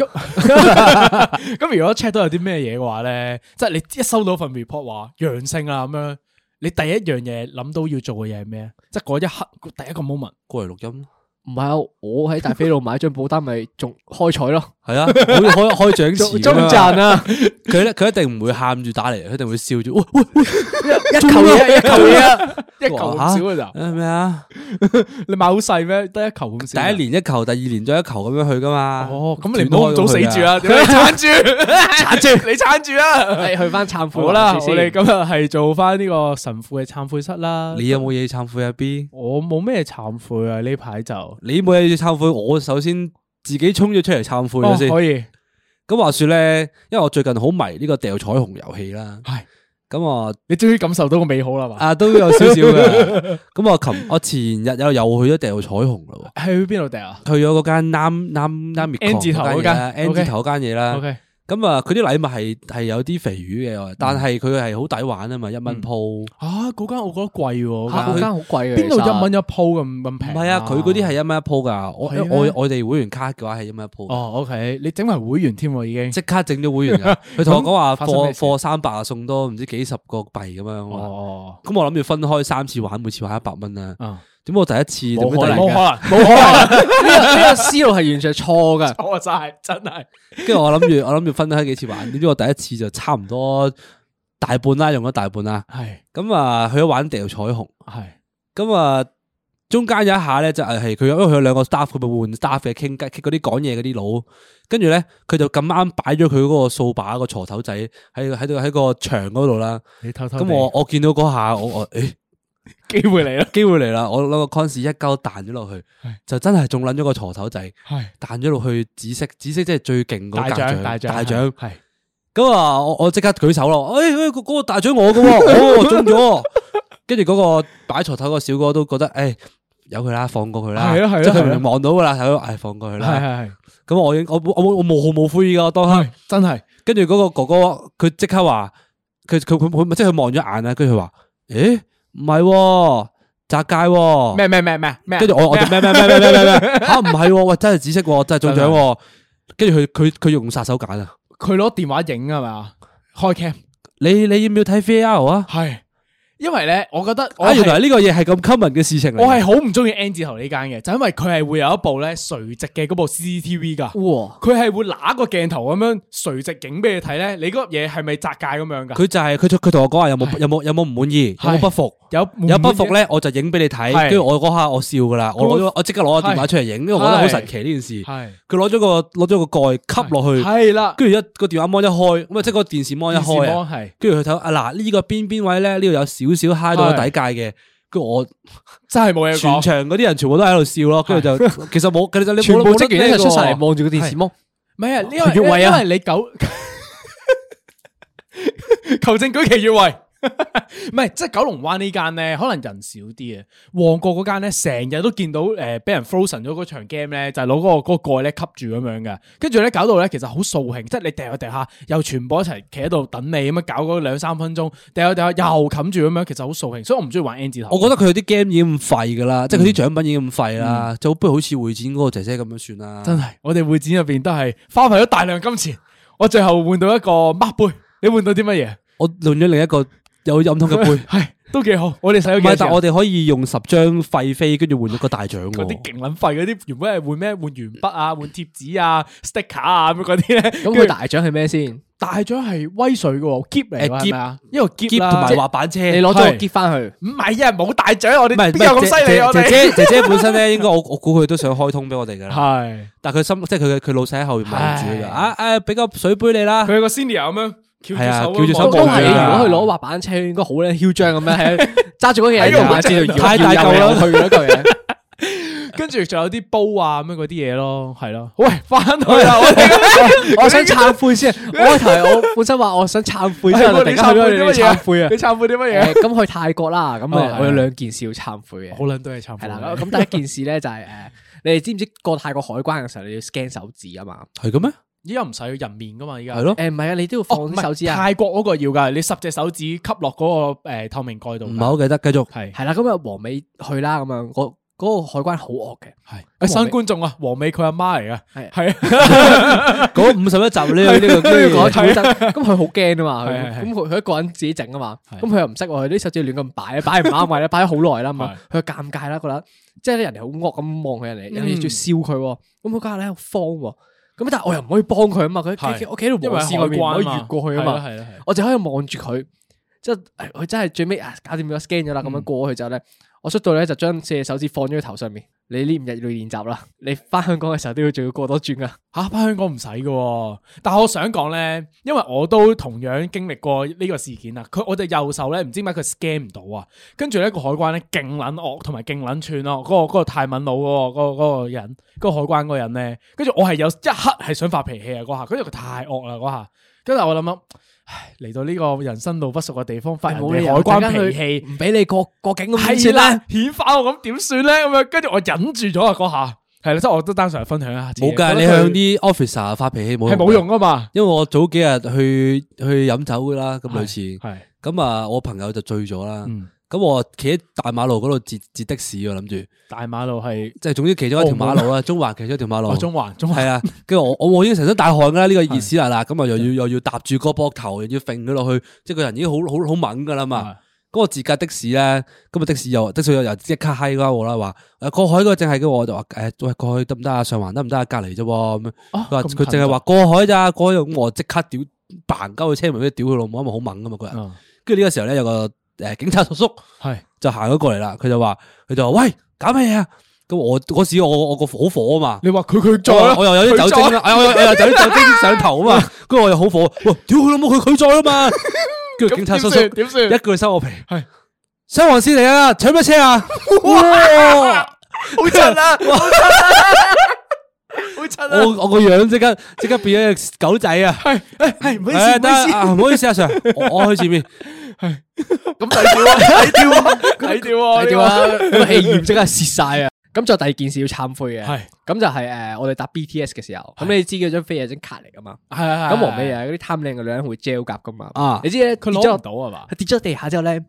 咁如果 check 到有啲咩嘢嘅話咧，即係你一收到份 report 話陽性啦咁樣，你第一樣嘢諗到要做嘅嘢係咩？啊即係嗰一刻第一個 moment，過嚟錄音咯。唔係啊，我喺大飛路買張保單咪仲開彩 咯，係啊，好似開開獎池中咁啊！賺啊！佢咧，佢一定唔會喊住打嚟，佢一定會笑住。喂一球嘢，一球嘢，一球咁少嘅咋？喂，咩啊？你買好細咩？得一球咁第少。一年一球，第二年再一球咁樣去噶嘛？啊哦，咁你唔好咁早死住斷開咁去㗎！啊！屌你撐住，撐住， 你撐住啊！係去翻懺悔好啦，環節我先哋今日係做翻呢個神父嘅懺悔室啦。你有冇嘢懺悔啊？B，我冇咩懺悔啊，呢排就。你冇嘢要懺悔，我首先自己衝咗出嚟懺悔哦咗先。可以，咁話說咧，因為我最近好迷呢個掉彩虹遊戲啦。係咁啊你終於感受到個美好啦嘛？啊都有少少嘅。 咁我琴我前日又又去咗掉彩虹啦去邊度掟啊喎，去咗嗰間 Nam Nam Nam N 字頭嗰間 N 字頭嗰間嘢啦。 ？OK，咁啊，佢啲禮物係係有啲肥魚嘅，但嗯係佢係好抵玩啊嘛，一蚊鋪。啊，嗰間我覺得貴喎，嚇嗰間好貴嘅，邊度其實 一蚊一鋪咁咁平？唔係啊，佢嗰啲係一蚊一鋪噶，我係咩我我哋會員卡嘅話係一蚊一鋪，哦，OK，你整埋會員添喎已經。即刻整咗會員 噶。佢同我講話發生貨咩事貨三百啊，送多唔知幾十個幣咁樣啊。哦，咁我諗住分開三次玩，每次玩一百蚊啊。啊，點我第一次點冇解可突能然冇㗎可冇可能，呢個呢個思路係完全係錯噶。能， 我真係真係，跟住我諗住 我諗住分開幾次玩，點知我第一次就差唔多大半啦，用咗大半啦。係咁啊，去咗玩掉彩虹，係咁啊。中間有一下咧，就係佢，因為佢有兩個 staff，佢咪換 staff 嘅傾偈，嗰啲講嘢嗰啲佬，跟住咧佢就咁啱擺咗佢嗰個掃把個鋤頭仔喺喺度喺個牆嗰度啦。你偷偷咁我我見到嗰下，我我誒機會嚟啦，機會嚟啦，我攞個 cons 一鳩彈咗落去係，就真係中撚咗個鋤頭仔。係彈咗落去紫色，紫色即係最勁嗰大格獎大獎大獎。係咁啊，我我即刻舉手咯，誒、哎、誒，嗰、嗰個大獎我嘅 喎，我中咗喎。跟住嗰個擺鋤頭個小哥都覺得，誒、由佢啦，放過佢啦，係啊係啊即係佢係啊明明望到噶啦，睇到，唉，放過佢係啦。係咁我已經我我我我無毫無悔噶，我當刻。係，真係跟住嗰個哥哥，佢即刻話，佢佢佢佢即係佢望咗眼啦，跟住佢話，誒，唔係喎，砸界喎。咩咩咩咩咩，跟住我我就咩咩咩咩咩咩咩吓唔係 喎，喂真係紫色喎，真係中獎啊喎。跟住佢佢佢用殺手鐧啊！佢攞電話影係嘛？開 cam 你你要唔要睇 VR 啊？係因為咧，我覺得我啊，原係來呢個嘢係咁 common 嘅事情嚟。我係好唔中意 N 字頭呢間嘅，就因為佢係會有一部咧垂直嘅嗰部 CCTV 噶，哇，佢係會揦個鏡頭咁樣垂直影俾你睇咧，你嗰嘢係咪窄界咁樣噶？佢就係佢佢同我講話有冇係有冇有冇唔滿意，有係冇不服，有滿有滿不服嘅咧我就影俾你睇，係跟住我嗰下我笑噶啦，我攞咗我即刻攞個電話出嚟影，因為我覺得好神奇呢件事。係佢攞咗個攞咗個蓋吸落去，係啦，跟住一個電話 mon 一開，咁啊即係個電視 mon 一開啊，係跟住佢睇啊嗱呢個邊邊位咧呢度有少少嗨到個底界嘅，跟住我真係冇嘢全講。場嗰啲人全部都喺度笑咯，跟住就 其實冇，其實你冇全部冇得職員一咩齊出晒喎嚟望住個電視芒，唔係啊，因越為位因啊為你 九求證舉旗越位， 唔係即係九龍灣呢間咧，可能人少啲啊。旺角嗰間咧，成日都見到誒俾人 frozen 咗嗰場 game 咧，就係攞嗰個嗰個蓋咧吸住咁樣嘅，跟住咧搞到咧其實好掃興，即係你掉下掉下，又全部一齊企喺度等你咁樣搞嗰兩三分鐘，掉下掉下又冚住咁樣，其實好掃興，所以我唔中意玩 N 字頭。我覺得佢有啲 game 已經咁廢噶嗯啦，即係佢啲獎品已經咁廢啦，就不如好似會展嗰個姐姐咁樣算啦。真係，我哋會展入邊都係花費咗大量金錢，我最後換到一個孖杯，你換到啲乜嘢？我換咗另一個有飲通嘅 杯，唔系都幾好，我哋使係咗幾多，但錢啊我哋可以用十張廢飛，跟住換咗個大獎嗰啲喎。勁撚廢嗰啲，原本係換咩？換鉛筆啊，換貼紙啊，sticker 啊咁嗰啲咧。咁跟住佢大獎係咩先？大獎係威水嘅喎，keep 嚟㗎誒係咪啊？因為 keep 夾同啦，埋滑板車，你攞咗個結翻去，唔係啊，冇大獎，我哋唔係邊有咁犀利啊我姐姐哋姐姐 姐本身咧，應該我我估佢都想開通俾我哋噶啦，係但係佢心即係佢佢老細喺後面望住佢就唉啊誒，俾個水杯你啦。佢有個 senior 咁樣翹係啊住手咁樣翹住手都望望住住都係。㗎如果佢 佢攞滑板車，應該好咧囂張咁樣，喺 揸住嗰喺嘢度就知道搖太大嚿啦搖嚟搖去嗰 嚿嘢。跟住仲有啲煲啊咁樣嗰啲嘢咯，係咯。喂，啊翻去啦，我哋我想忏悔先，我開頭係我本身話我想懺悔，之後突然間去咗你懺悔啊你！懺悔啲乜嘢？誒咁去泰國啦，咁哦啊，我有兩件事要懺啊悔嘅。好撚多嘢懺系悔啊嘅。啦，咁第一件事咧就係诶，你哋知唔知過泰國海關嘅時候你要 scan 手指啊嘛？係咁咩？依家唔使人面噶嘛，依家係咯。诶，唔係啊，你都要哦，放唔啲係手指啊。泰國嗰個要㗎，你十隻手指吸落嗰個誒透明蓋度㗎。唔係好記得，繼續。係係啦，咁啊，黃尾去啦，咁啊，嗰嗰個海關好惡嘅，係誒新觀眾啊，黃美佢阿媽嚟㗎，係係啊，嗰五十一集呢個呢 個都要講呢重真。咁佢好驚啊係嘛，係係佢咁佢佢一個人自己整啊嘛，係咁佢又唔識喎，佢啲手指亂咁擺，擺唔啱位咧，擺咗好耐啦嘛，係佢尷尬啦，覺得即係咧人哋好惡咁望佢，人哋人嗯哋仲要笑佢喎，咁佢家下咧好慌喎，咁但係我又唔可以幫佢啊嘛，係佢佢佢屋企喺因為度黃線外面唔可海關以越過去啊嘛。係啦係啦我就喺度望住佢，即係唉佢真係最尾啊搞掂咗 scan 咗啦，咁嗯樣過去之後咧，我出到咧就將四隻手指放咗佢頭上面。你呢五日要練習啦，你翻香港嘅時候都要仲要過多轉啊噶。吓翻香港唔使嘅喎，但係我想講咧，因為我都同樣經歷過呢個事件啊。佢我隻右手咧，唔知點解佢 scan 唔到啊，跟住咧個海關咧勁撚惡同埋勁撚串咯。嗰、個嗰個泰文佬嗰、個嗰、個嗰個人，嗰、個海關嗰個人咧，跟住我係有一刻係想發脾氣啊嗰下，跟住佢太惡啦嗰下，跟住我諗諗，唉嚟到呢個人生路不熟嘅地方，發人冇理哋由海關陣間脾佢氣。唔俾你過過境咁點系算啦啦。，遣返我咁點算咧？咁樣跟住我忍住咗啊！嗰下係啦，即係我都單純係分享一下自己。冇㗎，你覺得向佢啲 officer 發脾氣冇係冇用噶嘛？因為我早幾日去去飲酒噶啦，咁類似，係咁啊我朋友就醉咗啦，嗯咁我企喺大馬路嗰度截截的士喎，諗住，大馬路係即係總之其中一條馬路啊啦，中環其中一條馬路哦，中環中係環啊，跟住我我我已經成身大汗噶啦，呢個熱屎啦啦，咁啊又要又要搭住個膊頭，又要揈佢落去，即係個人已經好好好猛噶啦嘛。咁我自駕的士咧，咁啊的士又的士又又即刻閪翻我啦，話誒過海嗰個淨係嘅，我就話誒喂過去得唔得啊？上環得唔得啊？隔離啫喎咁樣。哦佢話佢淨係話過海咋，過海咁我即刻屌嘭鳩佢車門，跟住屌佢老母，因為好猛噶嘛個嗯人。跟住呢個時候咧，有個誒警察叔叔係就行咗過嚟啦，佢就話佢就話喂搞咩啊？咁我嗰時我我個好火啊嘛。你話佢佢在我啦，我又有啲酒精啦，啦，哎我又我又有啲酒精 上頭啊嘛，跟住我又好火，哇！屌佢老母，佢拒載啊嘛，跟住警察叔叔點算一句收我皮，係新黃線嚟啊，搶乜車啊？哇！好 襯啊，好襯啊，好襯啊！我我個樣即刻即刻變咗隻狗仔啊！係係係唔好意哎思，唔得好意思，啊唔好意思啊，Sir，我 我去前面，咁抵 掉啊，抵掉啊，低抵調掉啊！啦， 咁氣焰即刻蝕晒啊！ 咁就第二件事要懺悔嘅，係咁就係诶我哋搭 BTS 嘅時候，咁你知嗰張飛係張卡嚟噶嘛？係係係咁黃尾啊，嗰啲貪靚嘅女人會 gel 夾噶嘛？啊你知咧，佢跌攞咗唔到啊嘛？佢跌咗地下之後 咧，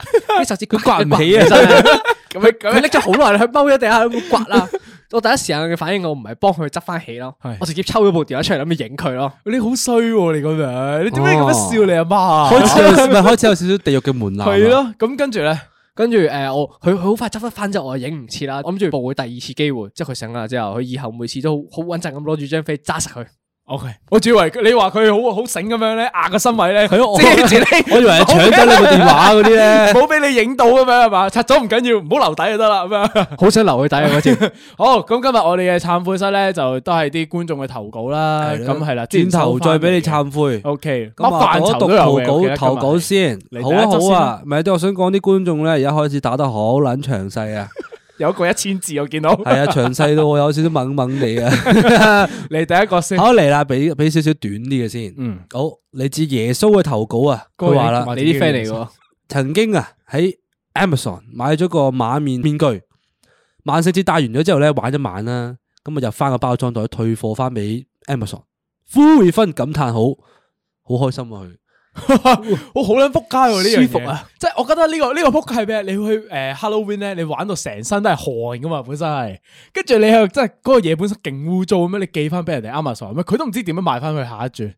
啲手指佢刮唔起啊真係咁樣佢 咁拎咗好耐啦，佢踎咗地下，佢冇刮啦。我第一時間嘅反應，我唔係幫佢執翻起咯係，我直接抽咗部電話出嚟諗住影佢咯。你好衰喎，你咁樣，你點解咁哦樣笑你阿媽啊？開始有 咪開始有少少地獄嘅門檻。啊係，咯，咁跟住咧，跟住誒、呃我佢佢好快執得翻之後，我就影唔切啦。我諗住報佢第二次機會，即係佢醒啦之後，佢以後每次都好好穩陣咁攞住張飛揸實佢。 OK，我仲以為你話佢好好醒咁樣咧，壓個身位咧，佢咯我遮住你，我以為係搶走你部電話嗰啲咧。 冇俾你影到咁樣係嘛？拆咗唔緊要，唔好留底就得啦咁樣。好想留佢底啊！嗰次 好，咁今日我哋嘅忏悔室咧，就都係啲觀眾嘅投稿啦。係咯咁係啦，轉頭再俾你。忏悔。 O K，咁哦乜啊，範我讀疇都有投嘅稿投稿。先嚟，好第一啊則好先啦啊，咪都我想講啲觀眾咧，而家開始打得好撚詳 細啊，有個一千字我見到。係啊，詳細到我有少少懵懵地 啊。你第一個先。好嚟啦，俾俾少少短啲嘅先。嗯，好，嚟自耶穌嘅投稿啊，佢話啦，你啲 friend 嚟嘅喎，曾經啊喺 Amazon 買咗個馬面面具，萬聖節戴完咗之後咧玩一晚啦，咁啊入翻個包裝袋退貨翻俾 Amazon，呼 u 分感嘆好，好開心啊佢。我好撚撲街喎呢樣嘢舒服啊！即係我覺得呢個呢個撲街係咩？你去誒 Halloween 咧，你玩到成身都係汗噶嘛，本身係，跟住你又真係嗰個嘢本身勁污糟咁樣，你寄翻俾人哋 Amazon 咩？佢都唔知點樣賣翻去下一轉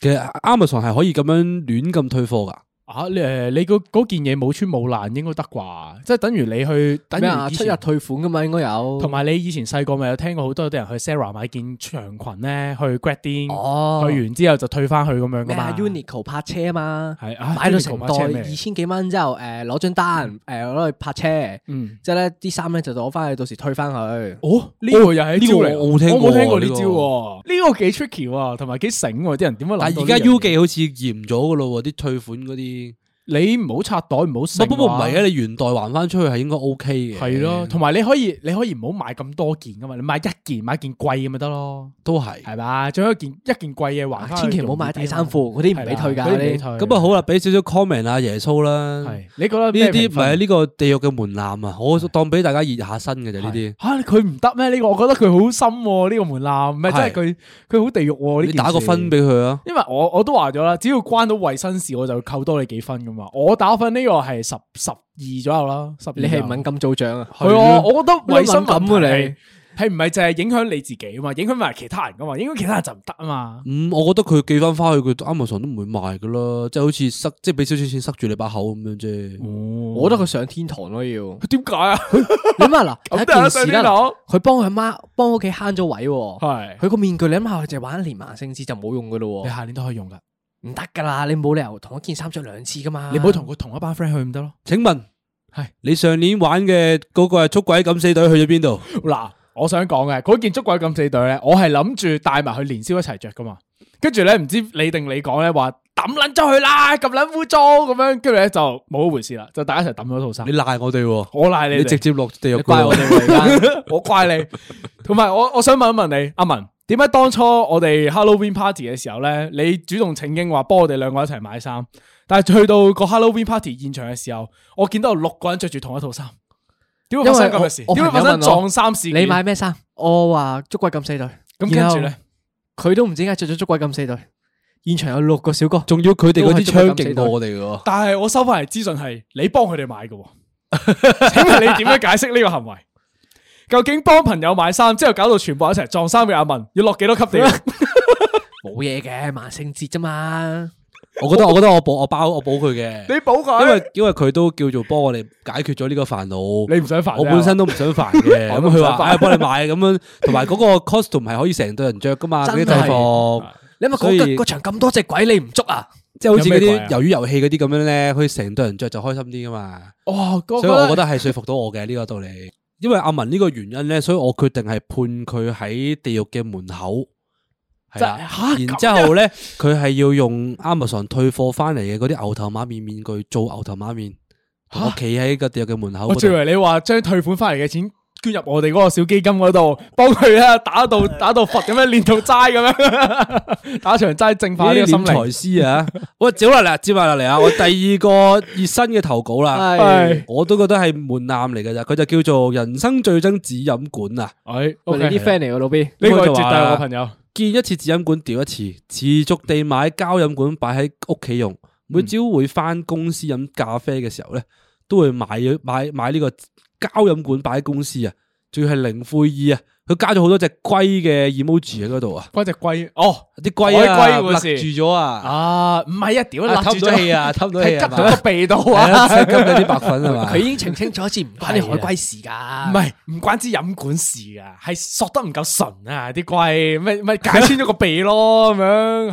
其實 Amazon 係可以咁樣亂咁退貨噶，啊！你誒你嗰嗰件嘢冇穿冇爛應該得啩？即係等於你去等咩啊？於以出入前。退款噶嘛，應該有。同埋你以前細個咪有聽過好多啲人去 Sarah 買件長裙咧，去 grad d i n 哦，去完之後就退翻去咁樣噶咩嘛啊。Uniqlo 泊車啊嘛，係啊買到成 Uniqlo 袋泊車咩二千幾蚊之後，誒攞張單，誒攞去泊車，嗯，之後咧啲衫咧就攞翻去，到時退翻佢。哦，呢個又係呢招個嚟，我冇聽我冇聽過過呢呢招個喎，呢個幾 tricky 喎，同埋幾醒喎，啲人點解諗到呢但樣係嘢？而家 U 記好似嚴咗噶咯喎，啲退款嗰啲，你唔好拆袋，唔好食。不不過唔係啊，你原代還翻出去係應該 OK 嘅，係咯，同埋你可以你可以唔好買咁多件噶嘛，你買一件買件貴咁咪得咯，都係。啊係嘛？將一件一件貴嘢還啊返去千祈唔好買第三褲，嗰啲唔俾退㗎。係啦嗰啲唔俾嗰啲退咁啊好啦，俾少少 comment 啊耶穌啦，呢係你覺得啲咩唔評分係呢個地獄嘅門檻啊，我當俾大家熱下身嘅啫呢啲。吓佢唔得咩？呢個我覺得佢好深喎，呢個門檻唔係真係係佢佢好地獄喎。呢你打件個事分俾佢啊！因為我我都話咗啦，只要關到衞生事，我就扣多你幾分噶嘛。我打分呢個係十十二左右啦，十你係敏感組長啊？係啊，我覺得衞生你都問題敏感啊係你係唔係就係影響你自己啊嘛？影響埋其他人噶嘛？影響其他人就唔得啊嘛。嗯，我覺得佢寄翻翻去，佢 Amazon 都唔會賣噶啦，即係好似塞，即係俾少少錢塞住你把口咁樣啫。我我覺 得佢上天堂 咯要。點解啊？你諗下嗱，第咁一都有得上件事天啦堂嗱，佢幫佢阿媽幫屋企慳咗位喎。係佢個面具你諗下，佢就玩一年萬聖節就冇用噶咯你喎，下年都可以用噶，唔得噶啦，你冇理由同一件衫着兩次噶嘛。你唔好 同佢同一班 friend 去唔得咯。請問係你上年玩嘅嗰個係捉鬼敢死隊去咗邊度？嗱，我想講嘅嗰件捉鬼咁死隊咧，我係諗住帶埋去年宵一齊着噶嘛。跟住咧，唔知你定你講咧話抌撚咗佢啦，咁撚污糟咁樣，跟住咧就冇一回事啦，就大家一齊抌咗套衫你。賴我哋喎，我賴啊你你哋直接落地你獄怪㗎我喎。哋 喎而家。 我怪你。同埋我我想問一問你，阿文，點解當初我哋 Halloween party 嘅時候咧，你主動請纓話幫我哋兩個一齊買衫，但係去到個 Halloween party 現場嘅時候，我見到有六個人着住同一套衫，點會發生咁嘅事？因為我點會發我朋友生問我撞衫事件？你買咩衫？我話捉鬼咁四隊，咁跟住咧，佢都唔知點解着咗捉鬼咁四隊。現場有六個小哥，仲要佢哋嗰啲槍勁過都係我哋嘅喎。但係我收翻嚟資訊係你幫佢哋買嘅喎， 請問你點樣解釋呢個行為？究竟幫朋友買衫之後搞到全部一齊撞衫嘅阿文，要落幾多級地獄？冇嘢嘅，萬聖節啫嘛。我覺 得我覺得我補我包我補佢嘅，補因為因為佢都叫做幫我哋解決咗呢個煩惱。你唔想煩啫我本身都唔想煩 嘅，我咁都唔佢想煩話唉哎幫你買咁樣，同埋嗰個 costume 係可以成隊人着噶嘛，嗰真啲係制服。啊你咪所以講嗰嗰場咁多隻鬼，你唔捉啊？即係好似嗰有咩鬼啊啲魷魚遊戲嗰啲咁樣咧，佢成隊人着就開心啲噶嘛，哦，所所以我覺得係說服到我嘅呢個道理。因為阿文呢個原因咧，所以我決定係判佢喺地獄嘅門口，係啦。吓然之後咧，佢係要用 Amazon 退貨翻嚟嘅嗰啲牛頭馬面面具做牛頭馬面，吓我企喺個地獄嘅門口我嗰最以度。為你話將退款翻嚟嘅錢捐入我哋嗰個小基金嗰度，幫佢咧打到打到佛咁樣練到齋咁 樣，打場齋淨化呢呢個啲心財靈。師啊！ 喂，接落嚟啦，接埋落嚟啊！我第二個熱身嘅投稿啦，係，我都覺得係門檻嚟嘅咋，佢就叫做人生最憎紙飲管啊！哎喂 OK 你啲 friend 嚟嘅老 B，呢個就絕話對係我啦朋友。見一次紙飲管掉一次，持續地買膠飲管擺喺屋企用。每嗯朝會翻公司飲咖啡嘅時候咧，都會買咗買買呢個膠飲管擺喺公司啊，仲要係零悔意啊，佢加咗好多隻龜嘅 emoji 喺嗰度啊，嗰只龟哦啲龜海啊龜嗰勒個住事咗啊，À, 啊，唔系啊，屌啊立唞唔住到咗氣 啊，唞唔到氣啊係執係到嘛，個鼻度係啊！啊即係今日啲白粉係嘛，佢已經澄清楚字，唔關你海龜事㗎。唔係唔關支飲管事啊噶，係索得唔夠純啊啲龜，咪咪解穿咗個鼻咯咁樣，有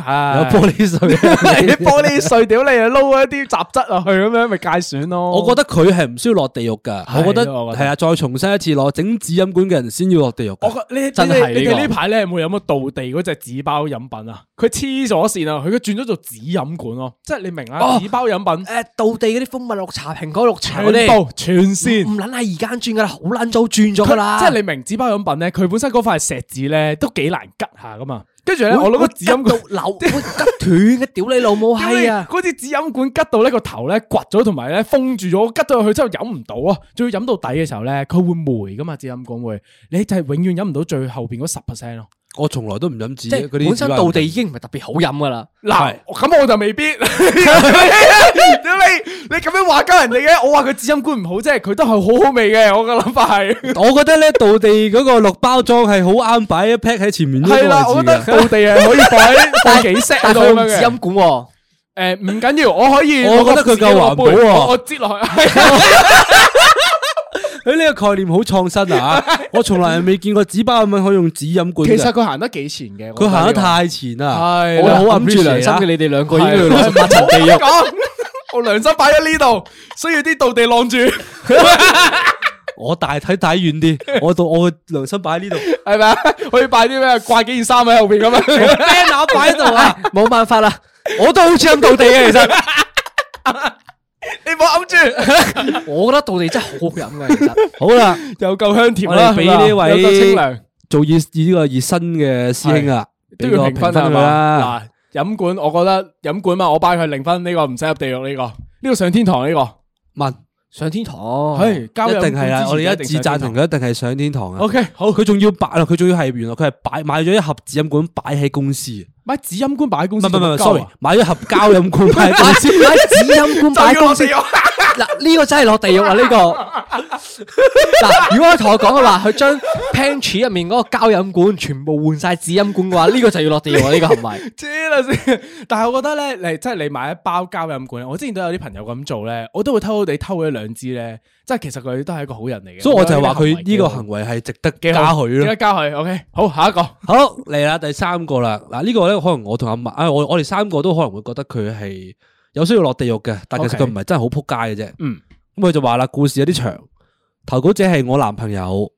玻係璃 你啲碎。啊玻璃碎屌你啊撈一啲雜質落去咁樣，咪界損咯。我覺得佢係唔需要落地獄噶，係我覺得我覺得係啊，再重申一次，攞整紙飲管嘅人先要落地獄我㗎。覺你你真係你呢個哋呢排咧有冇飲過道地嗰只紙包飲品啊？佢黐咗線啊！佢轉咗做紙飲管咯，即係你明啊？哦紙包飲品誒，道地嗰啲蜂蜜綠茶、蘋果綠茶嗰全啲，部全線唔。撚係而家轉㗎啦，好撚早轉咗㗎啦。佢即係你明紙包飲品咧，佢本身嗰塊石子咧都幾難吉下噶嘛。跟住咧，我攞個紙飲管。到流，會吉斷嘅，屌你老母閪啊！嗰支紙飲管吉到咧個頭咧掘咗，同埋咧封住咗，吉到入去之後飲唔到啊！仲要飲到底嘅時候咧，佢會霉噶嘛，紙飲管會，你就係永遠飲唔到最後邊嗰十 percent 咯。我從來都唔飲紙即係嗰啲。本身道地已經唔係特別好飲㗎啦。嗱，咁我就 未必，你你咁樣話鳩人哋嘅，我話佢紙飲管唔好啫，佢都係好好味嘅，我嘅諗法係。我覺得咧，道地嗰個綠包裝係好啱擺一 pack 喺前面呢個位係置啊啦，我覺得嘅。道地係 可以放喺放幾 set 喺 但度係咁佢唔樣止嘅飲。管喎，诶，唔緊要，我可以。我覺得佢夠環啊保喎我我接落去。 佢呢個概念好創新啊！ 我從來係未見過紙包咁樣可以用紙飲管其實嘅。啊佢行得幾前嘅，佢行得太前啊啦，係我啦好諗住良 appreciate 心啦嘅。你哋兩個應該要落去八層地獄。講，我良心擺喺呢度，需要啲道地晾住，係我大體睇遠啲，我到我良心擺喺呢度，咪啊？可以擺啲咩掛幾件衫喺後邊咁樣 banner 擺喺度啊，冇辦法啦，我都好似飲道地嘅，其實你唔好揞住，我覺得道地真係好好飲嘅，其實好啦，又夠香甜我啦，哋俾係嘛呢位又夠清涼，做熱呢個熱身嘅師兄啊，都俾要個評評分分啊佢啦。嘛。嗱，飲管我覺得飲管嘛，我擺佢零分，呢個唔使入地獄呢個，呢個上天堂呢個，問上天堂係交一友定係啦，我哋一致贊同嘅。佢，一定係上天堂啊！ O K，好，佢仲要擺啦，佢仲要係原來佢係擺買咗一盒紙飲管擺喺公司，唔買紙飲管擺喺公司係唔做乜係唔鳩啊，係，sorry，買咗一盒膠飲管擺喺公 司。買紙飲管擺公司，就要落地獄嗱呢個真係落地獄啊！呢個嗱，如果佢同我講嘅話，佢將 pantry 入面嗰個膠飲管全部換晒紙飲管嘅話，呢個就要落地獄啊！呢個行 為知啦先，但係我覺得咧，你即係你買一包膠飲管，我之前都有啲朋友咁做咧，我都會偷偷地偷咗兩支咧，即係其實佢都係一個好人嚟嘅。所以我啊就係話佢呢個行行為係值得為嘉許而家咯。加佢，OK，好，下一個好嚟啦，第三個啦，嗱呢個咧可能我同阿麥啊，我我哋三個都可能會覺得佢係有需要落地獄嘅，但其實 OK 佢唔係真係好撲街嘅啫。嗯，咁佢就話啦，故事有啲長，投稿者係我男朋友，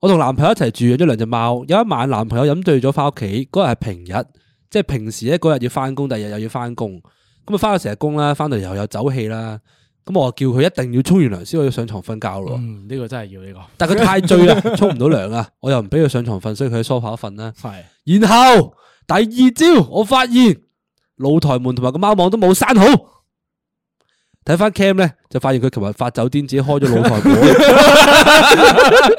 我同男朋友一齊住養咗兩隻貓，有一晚男朋友飲醉咗翻屋企，嗰日係平日，即係平時咧嗰日要翻工，第二日又要翻工，咁啊翻咗成日工啦，翻到又有酒氣啦，咁我就叫佢一定要沖完涼先可以上床瞓覺咯。 嗯，呢個真係要呢但佢太醉啦，沖唔到涼啊，我又唔俾佢上床瞓，所以佢喺梳化瞓啦。個，係然後第二朝我發現露台門同埋個貓網都冇閂好，睇翻 cam 咧就發現佢琴日發酒癲，自己開咗露台門，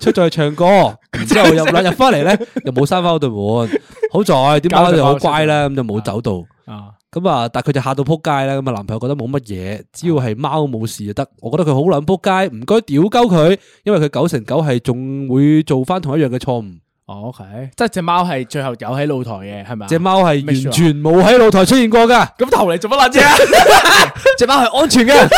出咗去唱歌，然之後入啦入翻嚟咧又冇閂翻嗰對門，好在點解就好乖啦，咁就冇走到。啊，咁啊，但佢就嚇到扑街啦。咁啊，男朋友覺得冇乜嘢，只要係貓冇事就得。我覺得佢好撚扑街，唔該屌鳩佢，因為佢九成九係仲會做翻同一樣嘅錯誤。哦，OK，即係只貓係最後有喺露台嘅，係咪啊？只貓係完 Make sure 全冇喺露台出現過 噶。咁投嚟做乜撚嘢啊？隻貓係安 全嘅。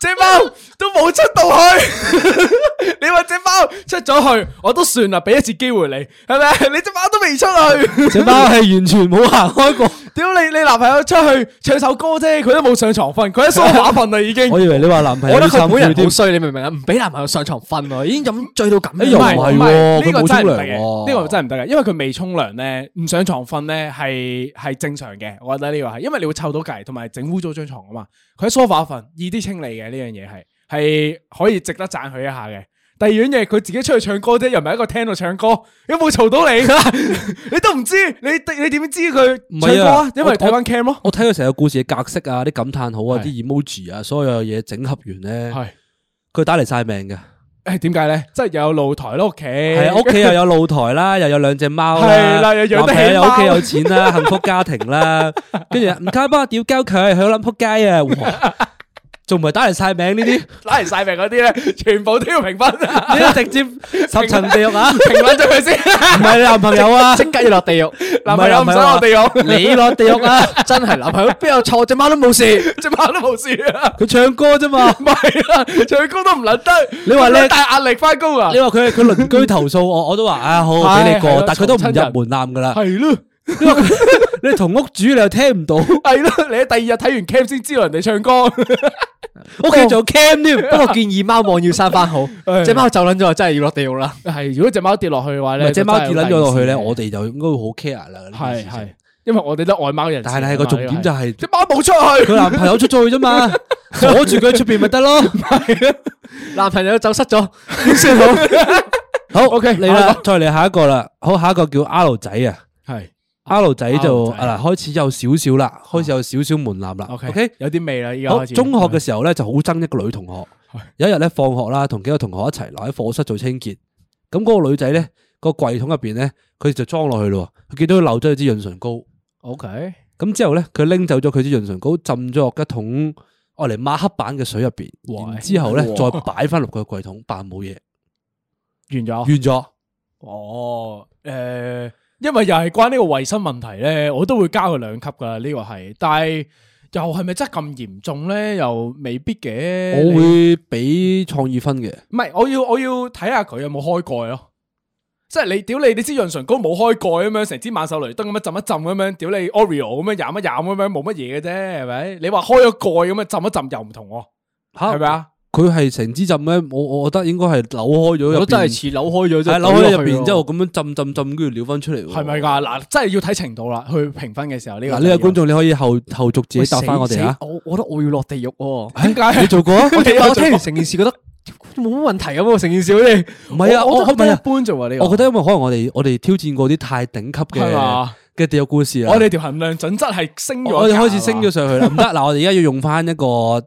只貓都冇出到去， 你話只貓出咗去，我都算啦，俾一次機會你，係咪？你只貓都未出去。只貓係完全冇行開過。屌你！你男朋友出去唱首歌啫，佢都冇上床瞓，佢喺梳 化瞓啦已 經。我以為你話男朋我友覺得懺佢本悔人添好。衰，你明唔明啊？唔俾男朋友上床瞓喎，已經飲醉到咁哎樣。又唔係係唔喎呢個佢冇真係沖唔得涼嘅，喎呢個真係唔得嘅，因為佢未沖涼咧，唔上床瞓咧係係正常嘅，我覺得呢個係，因為你會臭到計，同埋整污糟張床啊嘛。佢喺梳化瞓，易啲清理嘅呢樣嘢係係可以值得讚佢一下嘅。第二樣嘢，佢自己出去唱歌啫，又唔係喺個廳度唱歌，有冇嘈到 你？你都唔知，你你點知佢唔唱係歌啊啊？因為我睇翻 cam 咯，我睇佢成個故事嘅格式啊，啲感嘆號啊，係啲 emoji 啊，所有嘢整合完咧，係佢打嚟晒命嘅。誒點解咧？即係有露台咯，屋企係係屋企又有露台 啦，又有兩隻貓係啦又養得起貓男朋友屋企有 錢啦，幸福家庭啦，跟住唔該幫我屌鳩佢，佢好撚撲街啊！哇仲唔係打嚟晒名呢 啲？ 拉人晒命嗰啲 咧，全部都要評分啊！呢啲直接十層地獄啊！評論咗 佢先，唔係你男朋友 啊，哎即刻要落地獄，男朋友唔想落地獄，你落地獄啊！真係男朋友邊有錯，只貓都冇事。只貓都冇事 啊！佢唱歌啫嘛，唔係啦，唱高都唔撚得，你話你大壓力翻工啊你？話佢佢鄰居投訴我，我 都話啊好係俾你係過咯，但佢都唔重親人入門檻噶啦。係咯。你話佢你同屋主你又聽唔到，屋系咯，你喺第二日睇完 cam 先知道人哋唱歌，哦企仲有 cam 添。不過建議貓網要生翻好，只貓走撚咗，真係要落地獄啦。系如果只貓跌落去嘅話唔咧，係只貓跌撚咗落去咧，就我哋就應該會好 care 啦。呢件真係事係情係，因為我哋都愛貓人士嚟㗎嘛，但係個重點就係呢個係只貓冇出去佢，男朋友出咗去啫 嘛，鎖住佢喺出邊咪得咯。男朋友走失咗，點算好？好，OK，嚟啦，再嚟下一個啦。好，下一個叫 R 仔啊。 係 R 仔就 R 仔啊嗱，開始有少少啦，開始有少少門檻啦。OK，有啲味啦，依家好，開始。中學嘅時候咧就好憎一個女同學。有一日咧放學啦，同幾個同學一齊留喺課室做清潔。咁嗰個女仔咧個櫃桶入邊咧，佢就裝落去咯。佢見到佢漏咗佢支潤唇膏， ，OK，咁之後咧佢拎走咗佢支潤唇膏，浸咗落一桶愛嚟抹黑板嘅水入邊。哇然之後咧哇再擺翻落個櫃桶，扮冇嘢，完完咗。咗。哦，诶、因為又係關呢個衛生問題咧，我都會加佢兩級噶，呢、個係，但係又係咪真係咁嚴重咧？又未必嘅。我會俾創意分嘅。唔係，我要我要睇下佢有冇開蓋咯。即係你屌你，你支潤唇膏冇開蓋咁樣，成支萬壽雷登咁樣浸一浸咁樣，屌你哦 Oreo 咁樣飲一飲咁樣，冇乜嘢嘅啫，係咪？你話開咗蓋咁樣浸一浸又唔同喎，吓係咪？啊？佢係成支浸咧，我我覺得應該係扭開咗入我真係邊，似扭開咗，係扭開入邊之後咁樣浸浸浸，跟住撩翻出嚟喎。係咪㗎？嗱，真係要睇程度啦，去評分嘅時候呢個哦嗱，呢位就要觀眾你可以後後續自己答翻我哋啊。我我覺得我要落地獄 點喎。解你做過啊？ 我聽我聽完成件事覺得冇乜問題咁喎，成件事好似唔係啊，我我我覺唔係得一啊，般啫喎呢個。我覺得因為可能我哋我哋挑戰過啲太頂級係嘅嘛嘅地獄故事啊。我哋條衡量準則係升咗，啊我哋開始升咗。上去啦，唔得嗱，我哋而家要用翻一個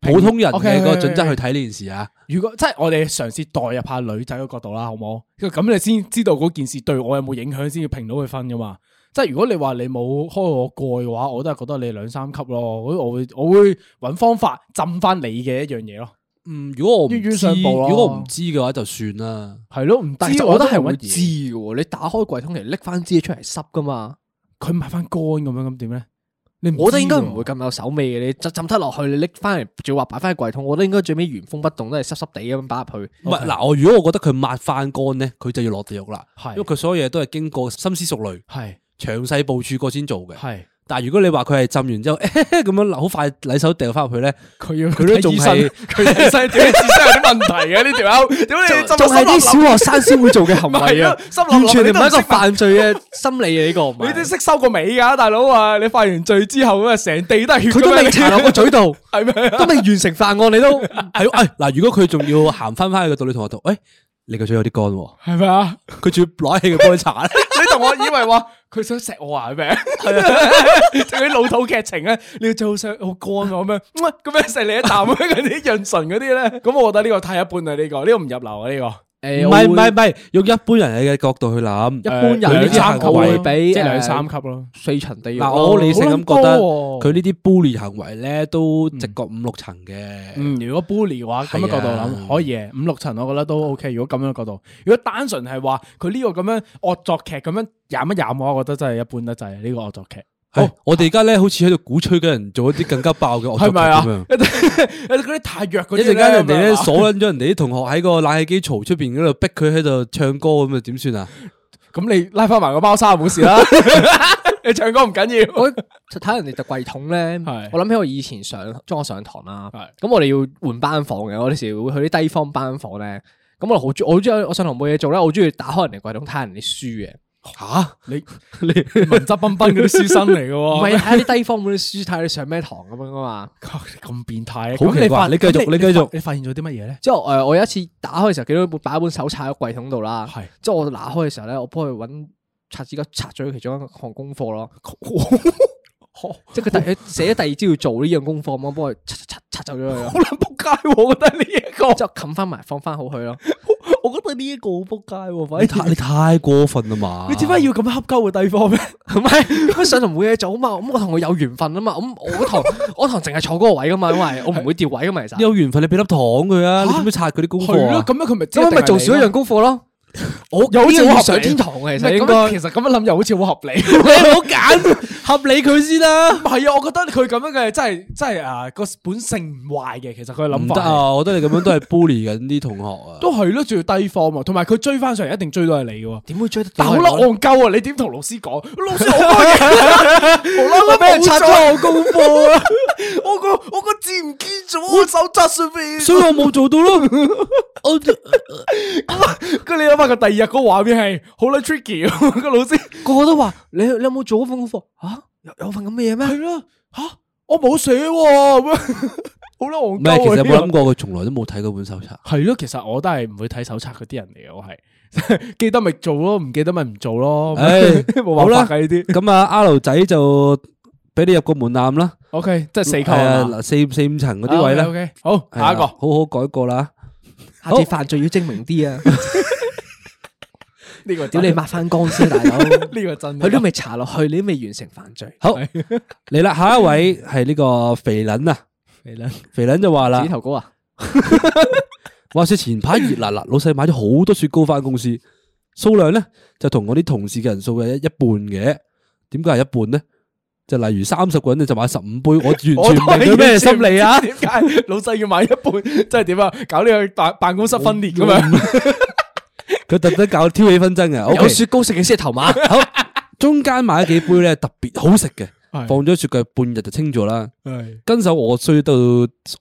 普通人嘅嗰個準則去睇呢件事啊。如果即係我哋嘗試代入下女仔嘅角度啦，好冇？咁你先知道嗰件事對我有冇影響，先要評到佢分噶嘛。即係如果你話你冇開我蓋嘅話，我都係覺得你兩三級咯。我我會我會揾方法浸翻你嘅一樣嘢咯。嗯，如果我唔冤冤知，相報咯如果我唔知嘅話就算啦。係咯，唔但知係我覺得會係會知嘅喎，你打開櫃桶嚟拎翻支嘢出嚟濕噶嘛，佢買翻乾咁樣咁點咧？你唔我覺得知應該唔喎會咁有手尾嘅，你就浸得落去，你拎翻嚟，仲要話擺翻喺櫃桶，我覺得應該最尾原封不動都係濕濕地咁樣擺入去。唔係嗱，我如果我覺得佢抹翻乾咧，佢就要落地獄啦，係因為佢所有嘢都係經過深思熟慮、係詳細部署過先做嘅。係但係如果你話佢係浸完之後 咁樣好快禮手掉翻入去咧，佢要佢都仲 係佢睇醫生，屌你智商有啲問題嘅呢條友，屌你浸仲係 啲小小學生先會做嘅行為係啊啊，濕淋淋完全唔係一你都唔個識問犯罪嘅心理啊！呢個唔你都係，識收個尾㗎，大佬啊！你犯完罪之後咁啊，成地都係血咁樣，佢都未搽落個嘴 度，係咪啊？都未完成犯案，你都係哎嗱，如果佢仲要行翻翻去個道理同學度，誒你個嘴有啲乾喎，係咪啊？佢仲要攞起佢幫你搽咧。你同我以為話佢想錫我啊？係咪啊？ 仲有啲老土劇情咧，啊你要最好想好乾啊咁樣，咁樣錫你一啖咁樣嗰啲潤唇嗰啲咧，咁我覺得呢個太一般啦，呢個呢個唔入流啊，呢個誒唔係唔係唔係，用一般人嘅角度去諗一。般人佢呢呢啲啲行行為為會俾即係兩誒三級咯。四層地嗱，獄咯我好理性咁覺好撚得高喎佢呢啲 bully 行為咧都直覺五六層嘅。嗯，如果 bully 嘅話，咁係樣啊角度諗可以嘅，五六層我覺得都 OK。如果咁樣角度，如果單純係話佢呢個咁樣惡作劇咁樣飲一飲，我覺得真係一般得滯。啊呢個惡作劇好，我哋而家咧好似喺度鼓吹緊人做一啲更加爆嘅惡作係劇咁咪啊？樣。 嗰啲太弱嗰啲一陣間人哋咧咁樣啊鎖撚咗人哋啲同學喺個冷氣機槽出邊嗰度逼佢喺度唱歌咁啊，點算啊？咁你拉翻埋個包衫冇事啦。 你唱歌唔緊 要，我就睇人哋特櫃桶咧係，我諗起我以前上中學上堂啦係，咁我哋要換班房嘅，我哋時會去啲低方班房咧，咁我好中，我好中，我上堂冇嘢做咧，我好中意打開人哋櫃桶睇下人哋書嘅，吓，你你文質彬彬嗰啲書生嚟嘅唔喎，係睇啲低方嗰啲書，睇下你上咩堂咁樣噶啊嘛。咁變態啊！好咁奇你怪發你繼續咁你繼續發你發現咗啲乜嘢咧？之後誒，我有一次打開嘅時候，見到擺一本手冊喺櫃桶度啦， 係之後我拿開嘅時候咧，我幫佢揾擦紙巾擦咗佢其中一項功課咯，即係佢第佢寫咗第二朝要做呢樣功課咁，我幫佢擦擦擦擦走咗佢咯，好撚仆街喎！我覺得呢一個，之後冚翻埋放翻好佢咯。我覺得呢一個好仆街喎，你哎反太你太過分啦嘛！你點解要咁樣恰鳩個對方咩？唔係咁上堂冇嘢做啊嘛，咁我同佢有緣分啊嘛，咁我嗰 堂我嗰堂淨係坐嗰個位噶嘛，因為我唔會調位噶嘛，其實有緣分你俾粒糖佢啊？你嚇點樣拆佢啲功係課咯，啊？咁樣佢咪即係咁定咪係做少一你咯樣功課咯。我又好似好合理要上天堂嘅，其唔實係應咁樣該其實咁樣諗又好似好合理。你唔好 揀，合理佢先啦。唔係啊，我覺得佢咁樣嘅真係真係啊個本性唔壞嘅，其實佢嘅唔諗得法係啊！我覺得你咁樣都係 bully 緊啲同學啊。 都係咯，仲要低放喎，同埋佢追翻上嚟一定追到係你嘅喎。點會追得但到好我？啦，戇鳩啊！你點同老師講？老師我幫嘢，無啦啦我俾人拆咗我功課啊！我個我個字唔見咗，我手扎上面。所以我冇做到咯。我佢你諗下，佢第二日嗰個畫面係好撚 tricky 啊個老師。個個都話你你有冇做嗰份功課啊？有有份咁嘅嘢咩？係咯，吓我冇寫喎，咁樣 好啦，戇唔 係，其鳩實有啊！呢冇個諗過佢從來都冇睇嗰本手冊。係咯，其實我都係唔會睇手冊嗰啲人嚟嘅，我係 記得咪做咯，唔記得咪唔做咯，唉 冇辦法好嘅呢啲。咁啊，阿盧仔就俾你入個門檻啦。 O K，即係四級係啊，嗱四四五層嗰啲位咧，，O K，好，下係啊一個。好好改過啦。下次犯罪要精明啲啊！ 呢個屌真你抹翻光先，大 佬， 呢個真嘅，佢都未查落去，你都未完成犯罪。好嚟啦，下一位係呢個肥撚啊，你啦，肥撚就話啦 指。頭哥啊，話說前排熱辣辣，老細買咗好多雪糕翻公司，數量咧就同我啲同事嘅人數嘅一一半嘅。點解係一半咧？就例如三十個人你就買十五杯， 我完全唔我明都係佢咩心理啊！完全唔知點解老細要買一半， 即係點啊？搞呢個辦辦公室分裂咁 樣，佢特登搞挑起紛爭嘅。有 O K，雪糕食嘅先係 頭馬。好，中間買咗幾杯咧，特別好食嘅，係放咗雪櫃半日就清咗啦。係跟手我衰到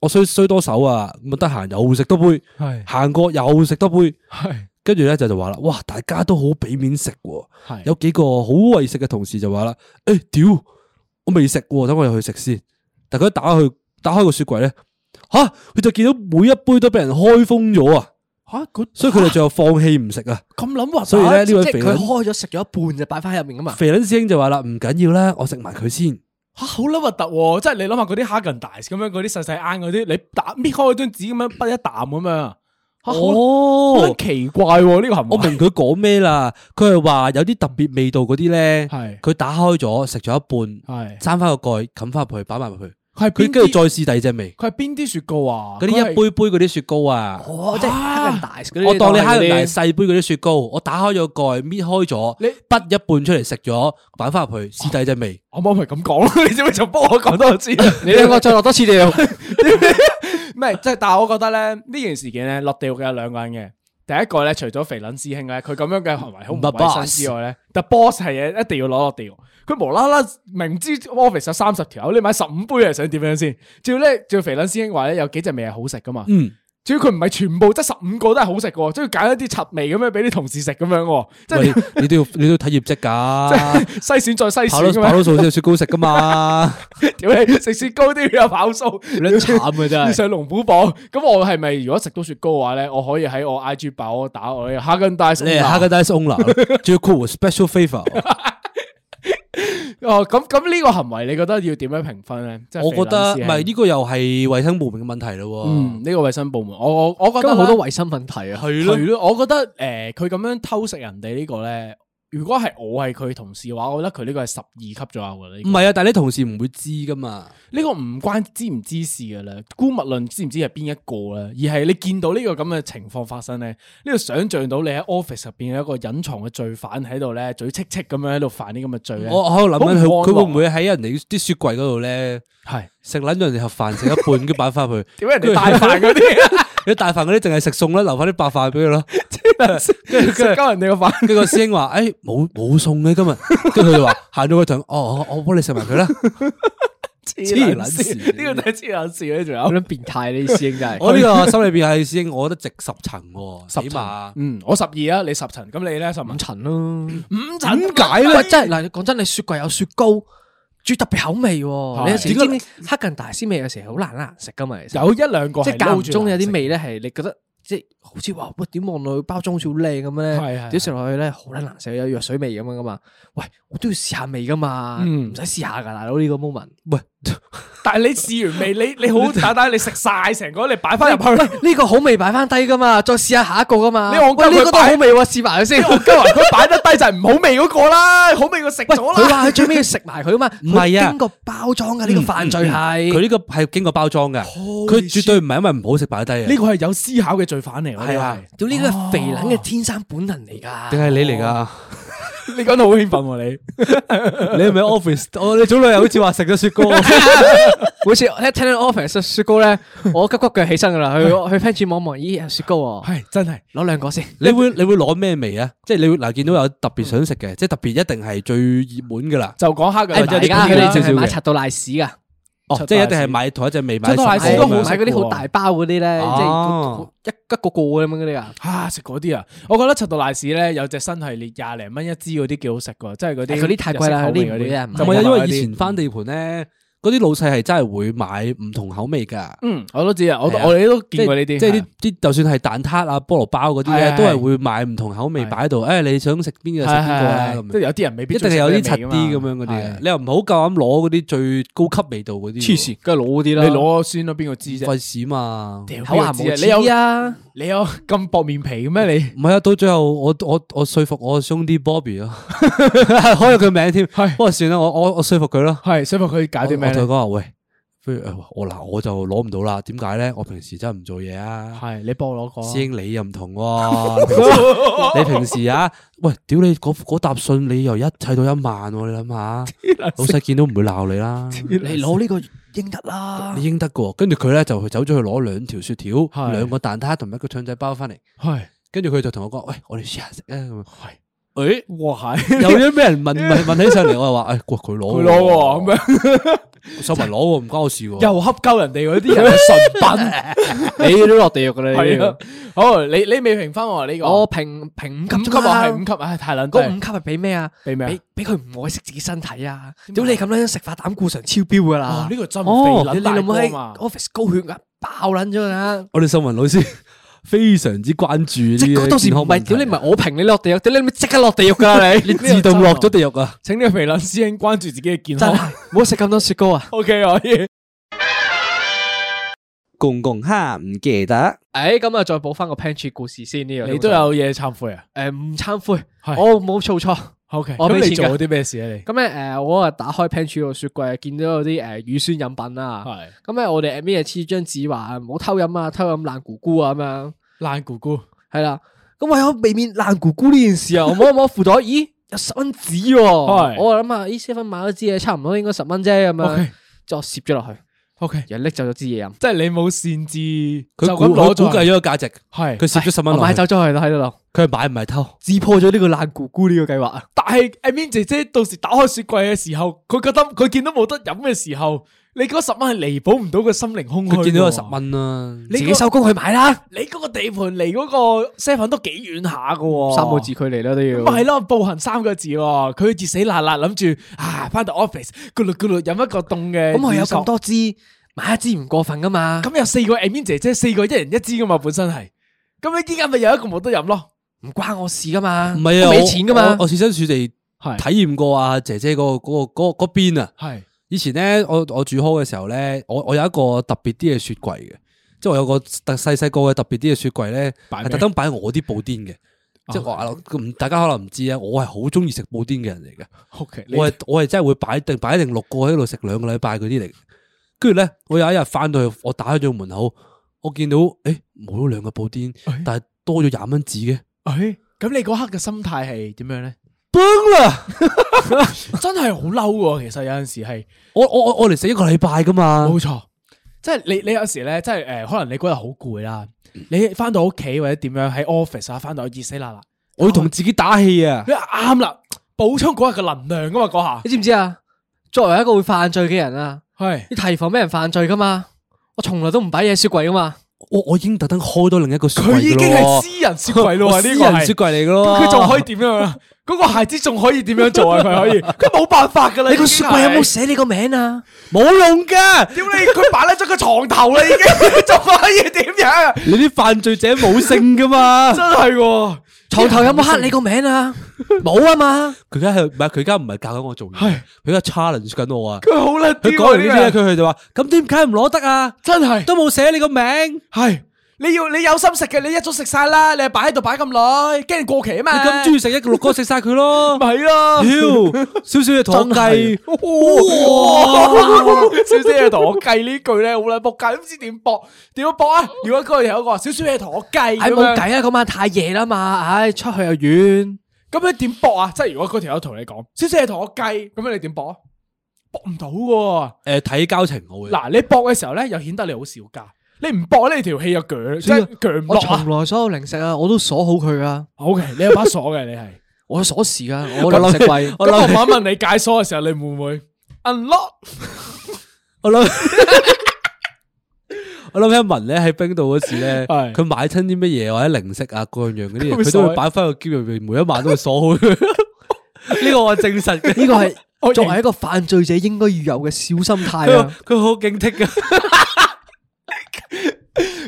我衰衰多手啊！咁啊得閒又食多杯，係行過又食多杯，係跟住咧就就話啦，哇！大家都好俾面食喎。係有幾個好為食嘅同事就話啦：，誒、屌，我未食喎，等我入去食先。但佢一打去打開個雪櫃咧，吓佢就見到每一杯都俾人開封咗啊！吓佢所以佢哋最後放棄唔食 啊。咁諗話，所以咧呢位即係肥佢撚開咗食咗一半就擺翻入面噶嘛。肥撚師兄就話啦：唔緊要啦，我食埋佢先。吓好撚核突喎！即係你諗下嗰啲哈根達斯咁樣，嗰啲細細啱嗰啲，你打搣開嗰張紙咁樣，滗一啖咁樣，啊吓好好哦撚，奇怪喎呢個行我為。明佢講咩啦，佢係話有啲特別味道嗰啲咧，係佢打開咗食咗一半，係閂翻個蓋，冚翻入去，擺埋入去，佢佢係邊跟住再啲？試第二隻味，佢係邊啲雪糕啊？嗰啲佢一係杯杯嗰啲雪糕啊。哦，即係黑人大嗰啲。我當你黑蝦仁大人細杯嗰啲雪糕，我打開咗個蓋，搣開咗，你哦滗一半出嚟食咗，擺翻入去試第二隻 味。我咪咪咁講咯， 你知唔知就幫我講多 我知？你兩個再落多 次料。啊唔係，即係，但係我覺得咧，呢件事件咧落地獄嘅有兩個人嘅。第一個咧，除咗肥撚師兄咧，佢咁樣嘅行為好唔 The 衞生之外咧，但 boss 係嘢一定要攞落地獄。佢無啦啦明知 office 有三十條友，你買十五杯係想點樣先？仲要咧，仲要肥撚師兄話咧，有幾隻味係好食噶嘛？嗯，仲要佢唔係全部得十五個都係好食嘅喎，仲要揀一啲柒味咁樣俾啲同事食咁樣喎，即喂係你都要 你都要睇業績 㗎，篩選再篩跑選到咁跑樣。到數先有雪糕食㗎 嘛。屌你食雪糕都要有跑數，你慘啊真係要上龍虎榜。咁我係咪如果食到雪糕嘅話咧，我可以喺我 I G 爆我打我哈根達 斯。你係 Haagen Dazs owner，仲要 cool special favour。哦，咁咁呢個行為你覺得要點樣評分咧？即係我覺得唔 肥撚師兄係呢個又係衞生部門嘅問題咯喎。嗯呢個衛生部門，我我我覺今日得好多啦衞生問題啊。係係咯，我覺得誒佢咁樣偷食人哋呢個咧，如果係我係佢同事嘅話，我覺得佢呢個係十二級左右嘅呢唔個。係啊，但係你同事唔會知㗎嘛。呢個唔關知唔知事嘅啦，姑勿論知唔知係邊一個啦，而係你見到呢個咁嘅情況發生咧，呢、個想像到你喺 office 入邊有一個隱藏嘅罪犯喺度咧，嘴戚戚咁樣喺度犯啲咁嘅罪咧，我我喺度諗緊佢嗯好唔安樂啊佢會唔會喺人哋啲雪櫃嗰度咧係食撚咗人哋盒飯食一半，跟住擺翻入去。 點解人哋大飯嗰啲 你大飯嗰啲淨係食餸啦，留翻啲白飯俾佢咯。跟住食鳩人哋個飯？跟住個師兄話：，誒冇冇餸嘅今日。 跟住佢就話：行咗個陣，哦，我我幫你食埋 佢啦。黐撚線呢個真係黐撚線啊咧，仲咁有。樣變態呢啲師兄真係。我哦呢個心裏邊係師兄，我覺得值十層喎，十起碼層，嗯，我十二啊，你十層，咁你咧十五五層咯。五層啊點解咧？真係嗱，講真，你雪櫃有雪糕，最特別口味喎。你有時點解知唔知黑近大師味有時好難難食噶嘛？其實有一兩個即係係間唔撈住中有啲難食味咧，係你覺得即係好似話喂點望落去包裝好似好靚咁係樣係咧，係點食落去咧好撚難食，有藥水味咁樣噶嘛。喂，我都要試下味噶嘛，嗯唔使試下噶，大佬呢個 moment。喂，但系你試完味，你你 好大胆，你食晒成個，你擺翻入去，喂呢個好味擺翻低噶嘛，再試下下一個噶嘛。你戇鳩喂呢個佢都擺好味喎，試埋佢先。我今日佢擺得低就係唔好味嗰個啦，好味佢食喂，咗佢啦。話佢最尾要食埋 佢啊嘛，唔係啊經過包裝嗯嘅呢個犯罪係。佢呢個係經過包裝嘅，佢 Holy 絕對唔係因為唔好食擺低嘅。呢個係有思考嘅罪犯嚟，係啊屌呢個哦係肥撚嘅天生本能嚟定㗎。係你嚟㗎？我覺得係，你講到好興奮喎你。你係咪 office？我哦你早兩日好似話食咗雪 糕，每次一聽到 office 食雪糕咧，我急急腳起身㗎 啦，去去 pantry 望一望，咦有雪糕 喎，系真系攞兩個先。你會你會攞咩味啊？即係你會嗱見到有特別想食嘅，即係特別一定係最熱門㗎啦。就講黑誒嘅唔或者有係啲㗎，偏佢離哋少係少買嘅刷到賴屎㗎。哦，即係一定係買同一隻味買啊出大十市個都咁樣好食買嗰啲好大包嗰啲咧，喎即係哦一個個咁樣嗰啲啊。啊食嗰啲啊，我覺得柒到瀨屎咧有隻新系列廿零蚊一支嗰啲幾好食噶，即係嗰啲嗰啲太貴啦日式口味嗰啲唔會有人買唔係啊，因就係為嗰啲以前翻地盤咧，嗰啲老細係真係會買唔同口味㗎。嗯我都知啊，我係啊我哋都見過呢即係啲，啲啲就算係蛋撻啊、菠蘿包嗰啲係咧，係都係會買唔同口味係擺喺度。誒，你想食邊係個食邊個啦係係咁即係樣。有啲人未必一定係係有啲柒啲咁樣嗰啲啊嗯係啊嘅，你又唔好夠膽攞嗰啲最高級味道嗰啲喎，黐線，梗係攞嗰啲你攞先咯，邊個知啫？費事嘛。屌口邊下個知啊無你有知啊！你有咁薄面皮嘅咩？唔你係啊，到最後我我我說服我兄弟 Bobby 咯， 開咗佢名添。係不過算啦，我我我說服佢咯。係想問佢搞啲我咩我同佢咧？講話喂，不如呃我嗱我就攞唔到啦。點解咧？我平時真係唔做嘢啊。係你幫我哦攞個師兄你又唔同 喎，你平時啊，喂，屌你嗰嗰沓信你又一砌到一萬喎，你諗下，老細見到唔會鬧你啦，你攞 呢個應得啦你。應得噶。跟住佢咧就去走咗去攞兩條雪條、係兩個蛋撻同埋一個腸仔包翻嚟，係跟住佢就同我講：喂，我哋試下食啊咁樣。誒哇係有啲咩人問 問問起上嚟，我就話：诶，佢佢攞佢攞喎咁样，樣 秀文攞喎，唔關我事喎。又恰鳩人哋嗰 啲人 係純品。你都落地狱噶啦，你系呢啊，好，你你未評分喎呢個個？我評評五五級級啫嘛啊，係五級，唉，太撚低嗰五級係俾咩啊？俾咩啊俾俾佢唔愛惜自己身體啊！屌你咁樣食法膽固醇超標噶哇啦！呢個真哦肥撚你你老大母哥喺嘛！ office 高血壓爆撚咗啦！我哋秀文老師非常之關注呢即啲刻到時健康唔問啊係題屌你唔係我評你落地獄，屌你咪即刻落地獄噶啦 你！你自動落咗地獄啊！請呢個肥撚哦師兄關注自己嘅健真康。 係唔好食咁多雪糕啊！ O K 可以，公公哈唔記得。诶，咁啊，再補翻個 pantry 故事先呢樣。你都有嘢懺悔啊诶唔慚愧，係我冇做錯。 ？O K，我咁俾你錢做㗎咗啲咩事啊？你咁咧诶，誒我啊打開 pantry 個雪櫃，見到有啲诶乳酸飲品啦。係咁咧，我哋 admin 就黐張紙話唔好偷飲啊，偷飲爛咕咕啊咁樣，爛姑姑，係啦。咁為咗避免爛咕咕呢件事啊，我摸一摸褲袋，咦有十蚊係紙喎，我諗下，咦 s e v 買咗支嘢，差唔多應該十蚊啫咁 OK 樣，就攝咗落去， O K，然後拎走咗支嘢飲，即係你冇擅自佢佢估佢啊估計咗個價值，係佢攝咗十蚊我落買去走，咗去啦喺度，佢係買唔係偷。自破咗呢個爛咕咕呢個計劃啊！但係 I mean 姐姐到時打開雪櫃嘅時候，佢覺得佢見到冇得飲嘅時候，你嗰十蚊係彌補唔到個心靈空虛。佢見到有十，蚊啊啦，你自嗰己收工去買啦，你嗰個地盤離嗰個 seven 都幾遠下噶喎，三個字距離啦都哦咁咪係要。咯，步行三個字喎，佢熱死辣辣諗住啊，翻到 office 咕嚕咕嚕飲一個凍嘅，咁我有咁，多支，買一支唔過分噶嘛，咁有四個 Amin 姐姐，四個一人一支噶嘛，本身係，咁你依家咪有一個冇得飲咯，唔關我事噶嘛，唔係啊，我俾我錢噶我嘛，我設身處地體係驗過啊，姐姐嗰個嗰個嗰個嗰邊啊。係以前咧，我我住 hall 嘅時候咧，我我有一個特別啲嘅雪櫃嘅，即係我有個特細細個嘅特別啲嘅雪櫃咧，擺係咩特登擺我啲布甸嘅。即係我啊咁大家可能唔知啊，我係好中意食布甸嘅人嚟嘅。 ，OK，我係我係真係會擺定擺定六個喺度食兩個禮拜嗰啲嚟嘅。跟住咧，我有一日翻到去，我打開咗門口，我見到誒冇咗兩個布甸哎，但係多咗廿蚊紙嘅，誒，咁你嗰刻嘅心態係點樣咧？崩啦！ 真係好嬲喎，其實有陣時係。我我我我嚟食一個禮拜噶嘛，冇錯，即係你你有時咧，即係诶、呃可能你嗰日好攰啦，你翻到屋企或者點樣喺 office 啊，翻到熱死辣辣，我要同自己打氣啊！你啱啦，補充嗰日嘅能量噶嘛，嗰 下你知唔知啊？作為一個會犯罪嘅人啊，係你提防俾人犯罪噶嘛？我從來都唔擺嘢雪櫃噶嘛，我我已經特登開多另一個雪櫃佢已經㗎咯係喎私人雪櫃咯我 喎，私呢個人雪係。櫃嚟噶咯，咁佢仲可以點樣啊？嗰個孩子仲可以點樣做啊？佢可以，佢冇辦法噶啦。你個已經雪係櫃有 冇？寫你個名啊？冇用噶？屌你！佢擺甩咗個床頭 啦，已經仲可以點樣？你啲犯罪者冇性噶嘛真？係喎， 床頭有冇刻你個名啊？冇啊嘛，佢而家係唔係？佢而家唔係教緊我做嘢，佢而家 challenge 緊我啊！佢啊好叻佢啲講喎，完呢啲嘢，佢佢就話：咁點解唔攞得啊？真係都冇寫你個名。係你要你有心食嘅，你一早食晒啦，你係擺喺度擺咁耐，驚過期啊嘛。你咁中意食一個六哥食晒佢 咯，咪係咯，屌少少嘅糖計，哇！小姐同我計呢句咧，好撚仆街，都唔知點搏，點樣搏啊？如果嗰個有個話，小小嘢同我計唉咁冇樣，計啊，嗰晚太夜啦嘛，唉出去又遠，咁你點搏啊？即係如果嗰條友同你講，小姐同我計，咁樣你點搏啊？搏唔到嘅誒睇交情我會喎。。嗱，你搏嘅時候咧，又顯得你好少家。你唔搏呢條氣又鋸，即所以係鋸唔我落從啊。來所有零食啊，我都鎖好佢噶， O K，你有把鎖嘅，你係。我有鎖 匙噶，我零食櫃，咁我問一問你解鎖嘅時候，你會唔會 unlock？我 諗我諗起阿文咧喺冰島嗰時咧，係佢買親啲乜嘢或者零食啊各樣樣嗰啲佢嘢，會佢都鎖會擺翻個箧入面，每一晚都會鎖好 佢。呢個我證實嘅，呢個係我作為一個犯罪者應該要有嘅小心態佢 啊！佢好警惕噶。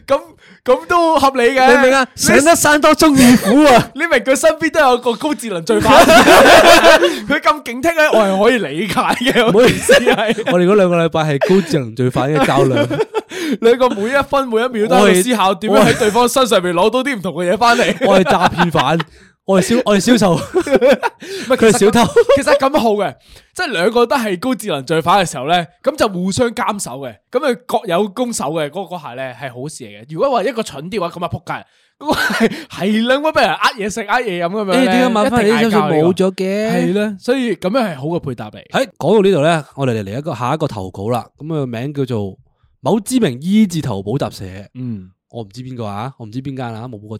咁咁都合理嘅，你明唔明啊？你上得山多終遇虎 啊！你明佢身邊都有個高智能罪 犯，佢咁警惕咧，我係可以理解嘅。 唔好意思，係我哋嗰兩個禮拜係高智能罪犯嘅較量，兩個每一分每一秒都我喺度係思考點樣喺對方身上面攞到啲唔同嘅嘢翻嚟。我係詐騙犯，我係銷我係銷售，佢係小偷。 其實咁好嘅，即係兩個都係高智能罪犯嘅時候咧，咁就互相監守嘅，咁啊各有攻守嘅，嗰嗰下咧係好事嚟嘅。如果話一個蠢啲嘅話，咁啊仆街，嗰個係 係兩個俾人呃嘢食 呃嘢飲咁樣咧，誒，點解哎買翻嚟啲一心水定嗌交呢個冇咗嘅？係啦，所以咁樣係好嘅配搭嚟。喺講到呢度咧，我哋嚟嚟一個下一個投稿啦。咁啊，名叫做某知名醫字頭補習社。嗯，我唔知邊個啊，我唔知邊間啊，冇報過。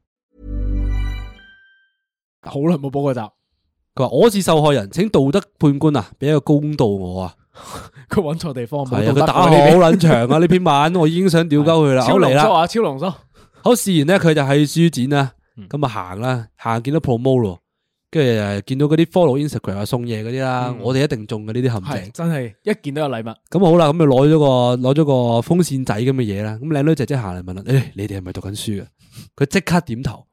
好耐冇補過集，佢話我是受害人，請道德判官啊，俾一個公道我啊。佢揾錯地方，係冇啊，道佢德打好喎呢邊撚長啊！呢篇文我已經想屌鳩佢啦，超好嚟濃縮啦。啊，超濃縮，好，事然咧，佢就喺書展啦，嗯咁啊行啦，行見到 promo 咯，跟住誒見到嗰啲 follow Instagram 啊送嘢嗰啲啦，我哋一定中嘅呢啲陷阱嗯係。 真係一見到有禮物，咁好啦，咁就攞咗個攞咗個風扇仔咁嘅嘢啦。咁靚女姐姐行嚟問啦：，誒、你哋係咪讀緊書嘅？啊佢即刻點頭。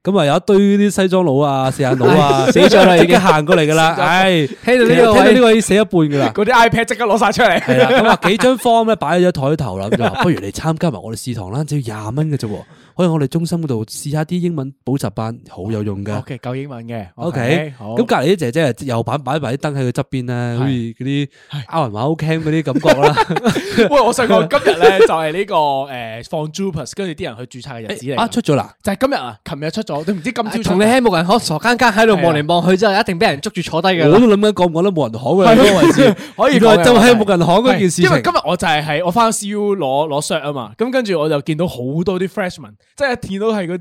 咁啊，有一堆啲西裝佬 啊、四眼佬啊，死咗啦已即經刻行過嚟噶啦。唉，聽到呢個其實聽到位呢個已經死一半 噶啦。嗰啲 iPad 即刻攞晒出係嚟，啦，咁啊幾張 form 咧擺咗喺台頭啦，咁就話 不如你參加埋我哋試堂啦，只要廿蚊嘅啫喎，可以我哋中心嗰度試下啲英文補習班，好有用噶。 OK，夠英文嘅 O K，好，咁隔離啲姐姐又擺擺埋啲燈喺佢側邊咧，好似嗰啲阿雲馬 O Cam 嗰啲感覺啦。喂，我想講今日咧就係呢個誒放 Jupas，跟住啲人去註冊嘅日子嚟㗎，啊，出咗啦！就係今日啊，琴日出咗，都唔知今朝出同你喺無人可傻更更喺度望嚟望去之後，一定俾人捉住坐低㗎我啦。都諗緊講唔講得冇人行嘅嗰個位置， 可以原來講嘅啊就我覺係得木人行嗰件事因為情今。日我就係係我翻 CU 攞攞 shot 啊嘛，咁跟住我就見到好多啲 freshman，即係見到係嗰啲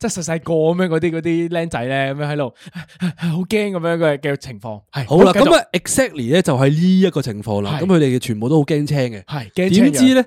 即係細細個咁樣嗰啲嗰啲僆仔咧，咁樣喺度好驚咁樣嘅嘅情況。係好啦，繼續咁啊，exactly 咧就係呢一個情況啦。咁係佢哋全部都好驚青嘅，係驚青點知嘅咧？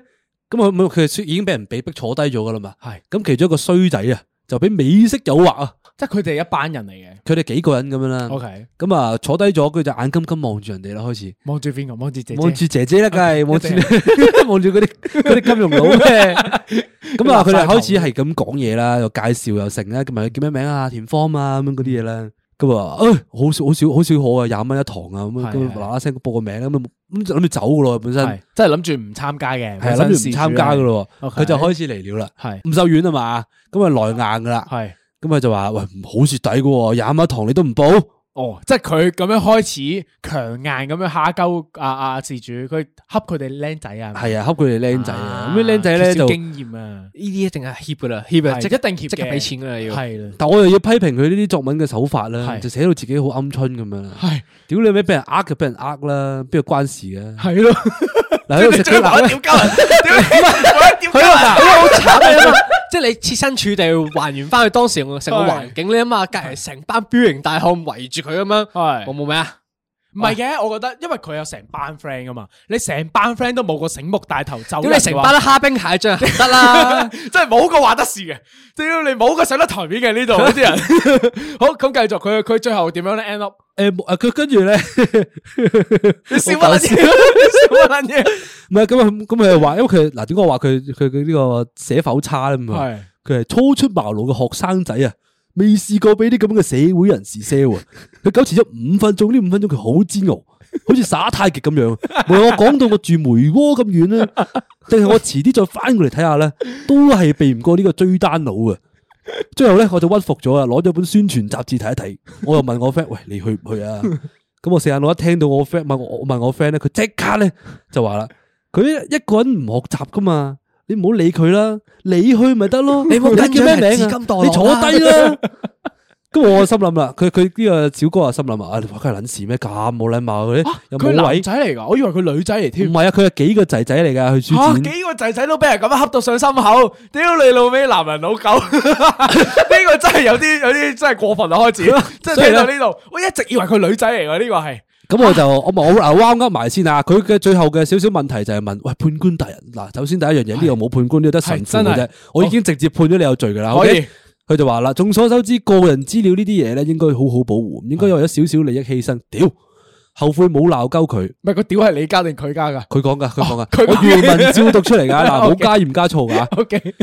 咁佢佢佢已經俾人被逼坐低咗噶啦嘛。係咁其中一個衰仔啊，就俾美式誘惑啊，即係佢哋一班人嚟嘅。佢哋幾個人咁樣啦。 OK，咁啊，坐低咗，佢就眼金金望住人哋啦，開始望住邊個？望住姐姐。望住姐姐啦，梗係望住啊一 定望住嗰啲嗰啲金融佬 咩？咁啊，佢立晒哋頭開始係咁講嘢啦，又介紹又成啦，咁咪叫咩名啊、填 form 啊咁樣嗰啲嘢啦。咁啊，誒好少好少好少可啊，廿蚊一堂啊，咁係樣咁係嗱嗱聲報個名咁啊，咁就諗住走噶咯，本身係係即係諗住唔參加啊嘅，諗住唔參加噶咯，啊 OK 佢就開始嚟料啦，係唔手軟啊嘛，咁啊來硬噶啦。係咁佢就話：喂，唔好蝕底嘅喎，廿蚊一堂你都唔報，哦，即系佢咁样开始强硬咁样下鸠啊啊事主，佢恰佢哋僆仔啊，係啊，恰佢哋僆仔啊，咁啲僆仔缺咧少就，经验啊，呢啲一定系怯噶啦，怯啊，係即一定怯即刻嘅俾錢噶啦要。系啦，但我又要批評佢呢啲作文嘅手法啦，係就寫到自己好鵪鶉咁樣啦。係屌你咩？俾人呃就俾人呃啦，邊度關事 嘅？系咯，嗱，喺度食雞蛋咧，佢嗱，佢好慘啊嘛！ 即係你設身處地還原翻佢當時成個環境，你啊嘛，隔離成班彪形大漢圍住佢咁樣，系我冇咩啊？唔係嘅，我覺得因為佢有成班 friend 噶嘛，你成班 friend 都冇個醒目大頭走人嘅話，屌你成班蝦兵蟹將得啦， 真係冇個話得事嘅，屌你冇個上得台面嘅呢度呢啲人。好，咁繼續佢佢最後點樣咧？end up 誒冇誒佢跟住咧，你笑好搞乜笑嘢？ 你笑乜嘢？唔係咁啊咁佢又話，因為佢嗱點解我話佢佢佢呢個寫否差咧咁啊？係佢係初出茅廬嘅學生仔啊，未試過俾啲咁嘅社會人士 sell 啊！佢糾纏咗五分鐘，呢五分鐘佢好煎熬，好似耍太極咁樣。無論我講到我住梅窩咁遠咧，定係我遲啲再翻過嚟睇下咧，都係避唔過呢個追單佬啊！最後咧，我就屈服咗啊，攞咗本宣傳雜誌睇一睇。我又問我 friend：，喂，你去唔去啊？咁我四眼佬一聽到我 friend 問我我問我 friend 咧，佢即刻咧就話啦：，佢一個人唔學習噶嘛，你唔好理佢啦，你去咪得 咯。你冇跟叫咩進係名資啊金墮落你坐低啦。咁我心諗啦，佢佢呢個小哥啊，心諗啊，你話佢係撚事咩？咁冇禮貌嘅，又啊佢冇位男。仔嚟㗎，我以為佢女仔嚟唔添。係啊，佢係幾個仔仔嚟噶去吓、書展。幾個仔仔都俾人咁樣恰到上心口，屌你老味男人老狗，呢個真係有啲有啲真係過分啦開始，即係聽到呢度，我一直以為佢女仔嚟㗎，呢個係。咁我就我咪我啊彎噏埋先啊！佢嘅最後嘅少少問題就係問：喂，判官大人嗱，首先第一樣嘢呢度冇判官，呢度得神父係嘅真係啫。我已經直接判咗你有罪噶啦。可以 OK？佢就話啦，眾所周知，個人資料呢啲嘢咧，應該好好保護，唔應該為咗少少利益犧牲。屌，後悔冇鬧鳩佢，唔係個屌係你家定佢家㗎佢講噶，佢講噶，哦佢講我原文照讀出嚟 噶，嗱，冇 OK 加鹽加醋噶。 o K。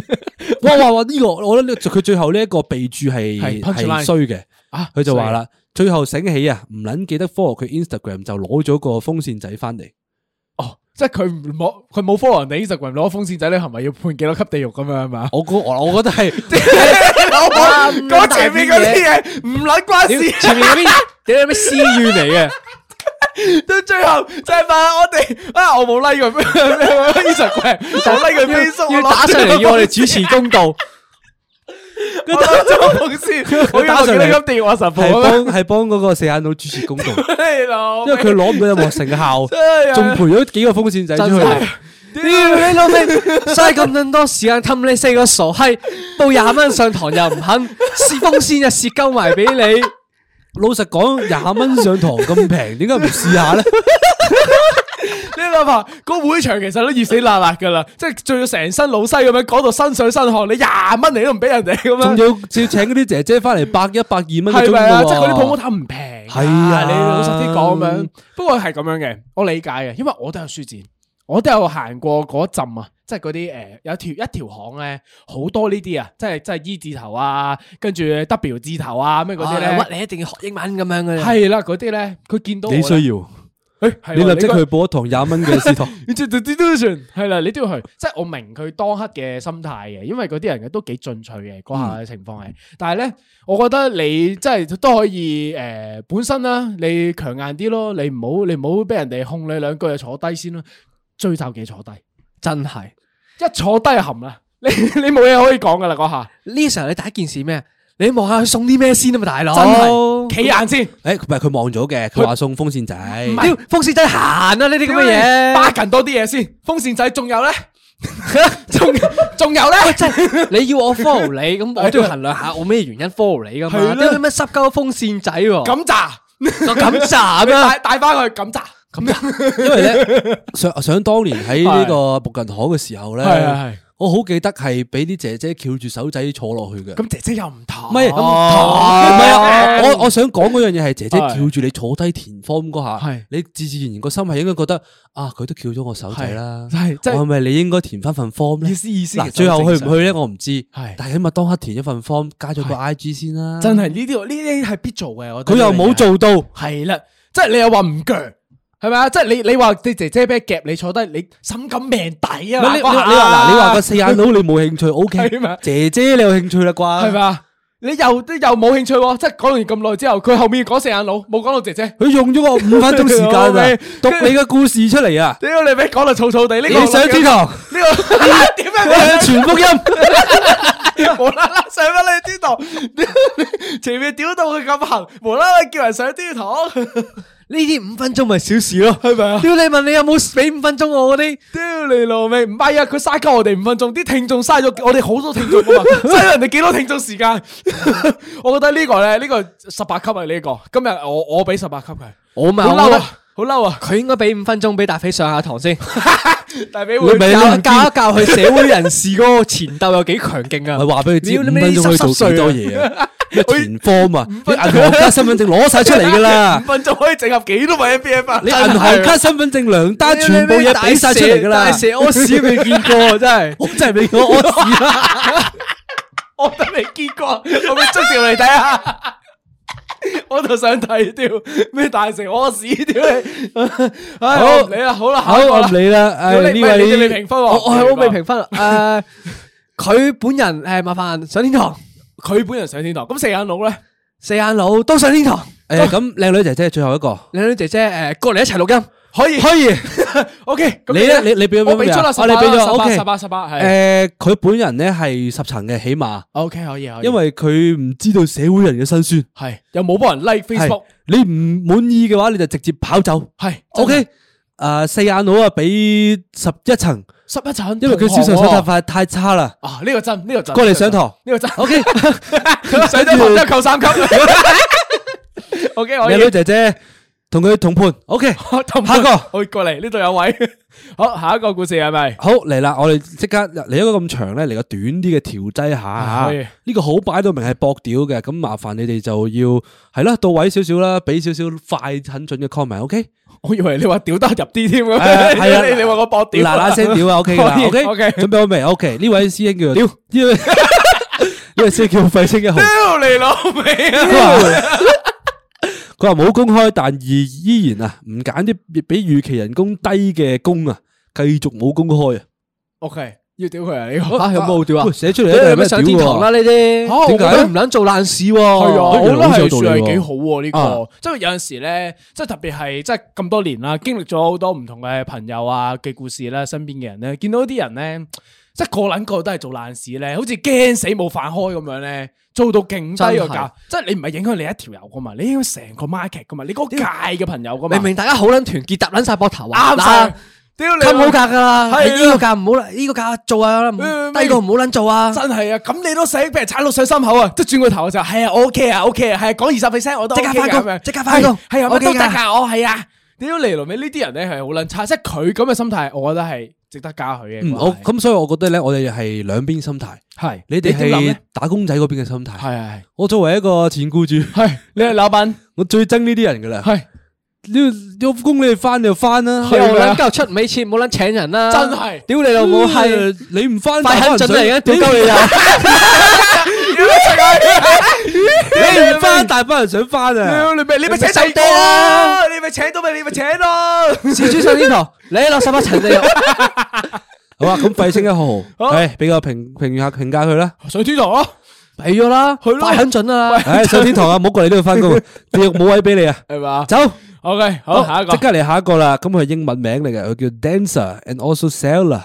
哇哇哇！呢個我覺得呢佢最後呢一個備注係係係 punchline 衰嘅。啊佢就話，啦，最後醒起啊，唔撚記得 follow 佢 Instagram 就攞咗個風扇仔翻嚟。哦，即係佢唔攞，佢冇 follow 人哋 Instagram 攞風扇仔，你係咪要判幾多級地獄咁樣係嘛？我估我我覺得 係講前面嗰啲嘢唔撚關事，前面嗰 邊屌你咩私怨嚟嘅？到最後就係話我哋啊，我冇 like 佢 Instagram，冇 like 佢 Facebook，要我打攞上嚟要我哋主持 公道，我攞咗個風扇，我要幾多級地獄啊神父係咁 樣幫係幫嗰個四眼佬主持公道，你老 因為味佢攞唔到任何成 效，真係仲賠咗幾個風扇仔出真係去。屌你老味，嘥咁撚多時間氹你四個傻閪，報廿蚊上堂又唔肯，試風扇又試鳩埋俾你。老實講，廿蚊上堂咁平，點解唔試下 咧？ 你諗下，個會場其實都熱死辣辣噶啦，即係仲要成身老西咁樣講到身水身汗，你廿蚊你都唔俾人哋咁樣仲。要仲要請嗰啲姐姐翻嚟百一百二蚊系一個鐘咪啊？㗎喎即係嗰啲泡沫塔唔平，係啊你老實啲講咁樣。不過係咁樣嘅，我理解嘅，因為我都有書展，我都有行過嗰陣啊，即係嗰啲诶有條一條巷咧，好多呢啲啊，即係即係 E 字頭啊，跟住 W 字頭啊，咩嗰啲啊屈咧，你一定要學英文咁樣嘅。係啦嗰啲咧，佢見到我你呢需，要，誒係喎啊你立即個去報一堂廿蚊嘅試 堂。你即係 delusion 係啦，你都要去，即係我明佢當刻嘅心態嘅，因為嗰啲人嘅都幾進取嘅嗰嗯下嘅情況係。但係咧，我覺得你即係都可以誒、呃本身啦，你強硬啲咯，你唔好你唔好俾人哋控你兩句就坐低先啦，追就幾坐低，真係一坐低就含啦，你 你冇嘢可以講噶啦嗰下，呢時候你第一件事咩？你望下佢送啲咩先啊嘛，大佬。真係企硬誒，先，唔係佢望咗嘅，佢話送風扇仔。唔係屌，風扇仔行啊！呢啲咁嘅嘢，巴緊多啲嘢先，風扇仔仲有咧， 仲仲有咧，即係你要我 follow 你，咁我都要衡量下我咩原因 follow 你噶啊係啦嘛？屌你咩濕鳩風扇仔喎？咁咋？就咁咋咁帶樣？帶翻去咁咋？咁咋？因為咧，想想當年喺呢個木近巷嘅時候咧係係係，我好記得係俾啲姐姐翹住手仔坐落去嘅。咁姐姐又唔同，唔係，唔哦係啊！我我想講嗰樣嘢係姐姐翹住你坐低填 form 嗰下係，你自自然然個心係應該覺得啊，佢都翹咗我手仔啦，係即係我係咪你應該填翻份 form 咧？意思意思嗱，其實最後好去正唔去咧，我唔知。係但係起碼當刻填一份 form，加咗個 IG 先啦。真係呢啲呢啲係必做嘅，我覺佢得又冇做到，係啦，即係你又話唔鋸。係咪啊？即係你你話你姐姐俾夾你坐低，你心甘命抵啊！ 唔係你你話嗱，你話個四眼佬你冇興趣，OK？係嘛姐姐你有興趣啦啩？係咪啊？你又都又冇興趣喎，即係講完咁耐之後，佢後面講四眼佬，冇講到姐姐。佢用咗我五分鐘時 間啊，讀你嘅故事出嚟啊！屌你咪講到草草地，呢你個上天堂，呢 個 點解你去全福音， 無啦啦上翻你天堂？ 前面屌到佢咁行，無啦啦叫人上天堂，呢啲五分鐘咪小事咯，係咪啊屌你問你有冇俾五分鐘我嗰啲？屌你老味！唔係啊，佢嘥鳩我哋五分鐘，啲聽眾嘥咗我哋好多聽眾 噶嘛，嘥咗人哋幾多聽眾時間？ 我覺得呢個咧，呢個十八級啊，呢個今日我我俾十八級佢，我咪好我嬲覺啊得，好嬲啊！佢應該俾五分鐘俾大飛上下堂先，大髀教會咪你教都一唔教佢社會人士嗰個前鬥有幾強 勁咪啊！話俾佢知屌五你分咩鐘可以做濕碎啊幾多嘢 啊！咩填 form 啊，你銀行卡身份證攞晒出嚟噶啦 五，分鐘可以整合幾多位 B F 啊？你銀行卡身份證兩單屌全部你咩嘢俾晒出嚟噶啦大，蛇屙屎都未見過啊，真 係。我真係俾我 屙屎啦！我都未見過，我咪捉條嚟睇 下。我就想睇屌咩大成屙屎屌你，唉好我唔理啦，好啦，好，下一個我啦唔理啦，屌誒你呢喂你哋位未評分喎，我我係我未評分啊诶，佢本人诶麻煩上天堂，佢本人上天堂，咁四眼佬咧，四眼佬都上天堂。 誒咁靚女姐姐最後一個，靚女姐姐诶過嚟一齊錄音，可以可以 OK，咁你咧你你俾咗我俾咩出啊啦，哦十八你俾咗十八 OK 十八十八係誒佢本人咧係十層嘅起碼， OK 可以可以，因為佢唔知道社會人嘅辛酸。係又冇幫人 like 係 Facebook，你唔滿意嘅話，你就直接跑走。係 OK，诶，四眼佬啊，俾十一層，十一層，因為佢銷售手法太太差啦。啊呢個真呢個真，過嚟上堂呢個真 OK， 上咗堂之 後扣三級，OK 靚可啊以女。姐姐同佢同判。OK， 我同下一個我過嚟呢度有位。 好，下一個故事係咪？好嚟啦，我哋即刻嚟一個咁長咧，嚟個短啲嘅調劑下啊可以嚇。呢個好擺到明係搏屌嘅，咁麻煩你哋就要係啦，到位少少啦，俾少少快很準嘅 comment。OK，我以為你話屌得入啲添咁。誒係啊 你你話我搏屌嗱嗱聲屌啊！OK 噶 可以啦，OK OK 準備好未？OK 呢位師兄叫屌， 呢位呢位師兄叫廢青 一號。屌你老味 啊！ 佢話冇公開，但而依然啊，唔揀啲比預期人工低嘅工啊，繼續冇公開啊。 OK，要屌佢啊！呢個吓有冇屌啊喂？寫出嚟一 你定係咩有咩上天堂啦？呢啲嚇我點解佢唔撚做爛事喎？係啊，我原覺來得好似係有道理喎算係幾好喎呢啊個，即係有陣時咧，即係特別係即係咁多年啦，經歷咗好多唔同嘅朋友啊嘅故事啦，身邊嘅人咧，見到啲人咧，即係個撚個都係做爛事咧，好似驚死冇飯開咁樣咧，做到勁低個真價係，即係你唔係影響你一條友噶嘛，你影響成個 market 噶嘛，你嗰個界嘅朋友噶嘛，明明大家好撚團結，搭撚晒膊頭啊！啱晒嗱，，屌你冚好老價噶啦，係啊呢個價唔好啦，呢個價做啊，唔嗯低過唔好撚做啊！真係啊！咁你都死，俾人踩到上心口啊！即係轉個頭就係啊，我 OK 啊，OK 啊，係啊講二十 percent 我都即刻 OK 㗎返工咁樣即刻返工係係啊，乜 OK 都得㗎㗎，我係啊。屌你老味，呢啲人咧係好撚差，即係佢咁嘅心態，我覺得係值得加佢嘅。嗯，好咁，所以我覺得咧，我哋係兩邊心態。係你哋點諗係咧打工仔嗰邊嘅心態。係係我作為一個前雇主，係係你係老闆我最憎呢啲人噶啦。係呢有工你哋翻就翻啦，你又係咪啊撚夠出唔起錢，冇撚請人啦！真係屌你老母係！你唔翻快狠準嚟嘅，屌鳩你啦！ 啦！你唔翻，大班人想翻啊！屌你咪你咪請你咪第收爹二啦個，你咪請到咪你咪請咯。事主上天堂，你落十八層 地獄。好啊，咁廢青一號，好係俾個評評下評價佢啦。 上天堂咯，俾咗啦，係咯快狠準啦！唉，上天堂啊，唔好過嚟呢度翻 工，地獄冇位俾你啊！係嘛走， ？OK，好下一個即。刻嚟下一個啦。咁佢係英文名嚟嘅，佢叫 Dancer and also Seller。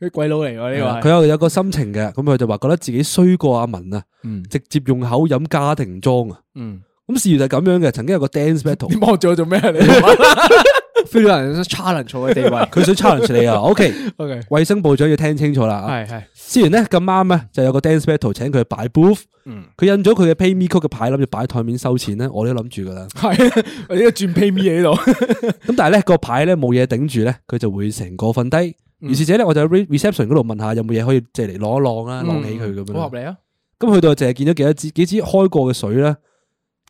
啲鬼佬嚟㗎呢佢個係，有有個心情嘅，咁佢就話覺得自己衰過阿文啊，嗯直接用口飲家庭裝啊。嗯，咁事緣就係咁樣嘅，曾經有個 dance 你 battle，望住我做咩啊你非洲人 challenge 我嘅地位，佢想 challenge 你啊。OK， ？OK，衛生部長要聽清楚啦。啊係係。之前咧咁啱咧，就有個 dance battle 請佢擺 booth，佢嗯印咗佢嘅 pay me 曲嘅牌，諗住擺台面收錢咧，我都諗住噶啦。 系，我呢个转 pay me 喺度，咁但係咧個牌咧冇嘢頂住咧，佢就會成個瞓低。嗯於是者咧，我就喺 re- reception 嗰度問下有冇嘢可以借嚟晾一晾啦，晾起佢咁嗯好樣。合理啊！咁去到就係見咗幾多支幾支開過嘅水啦，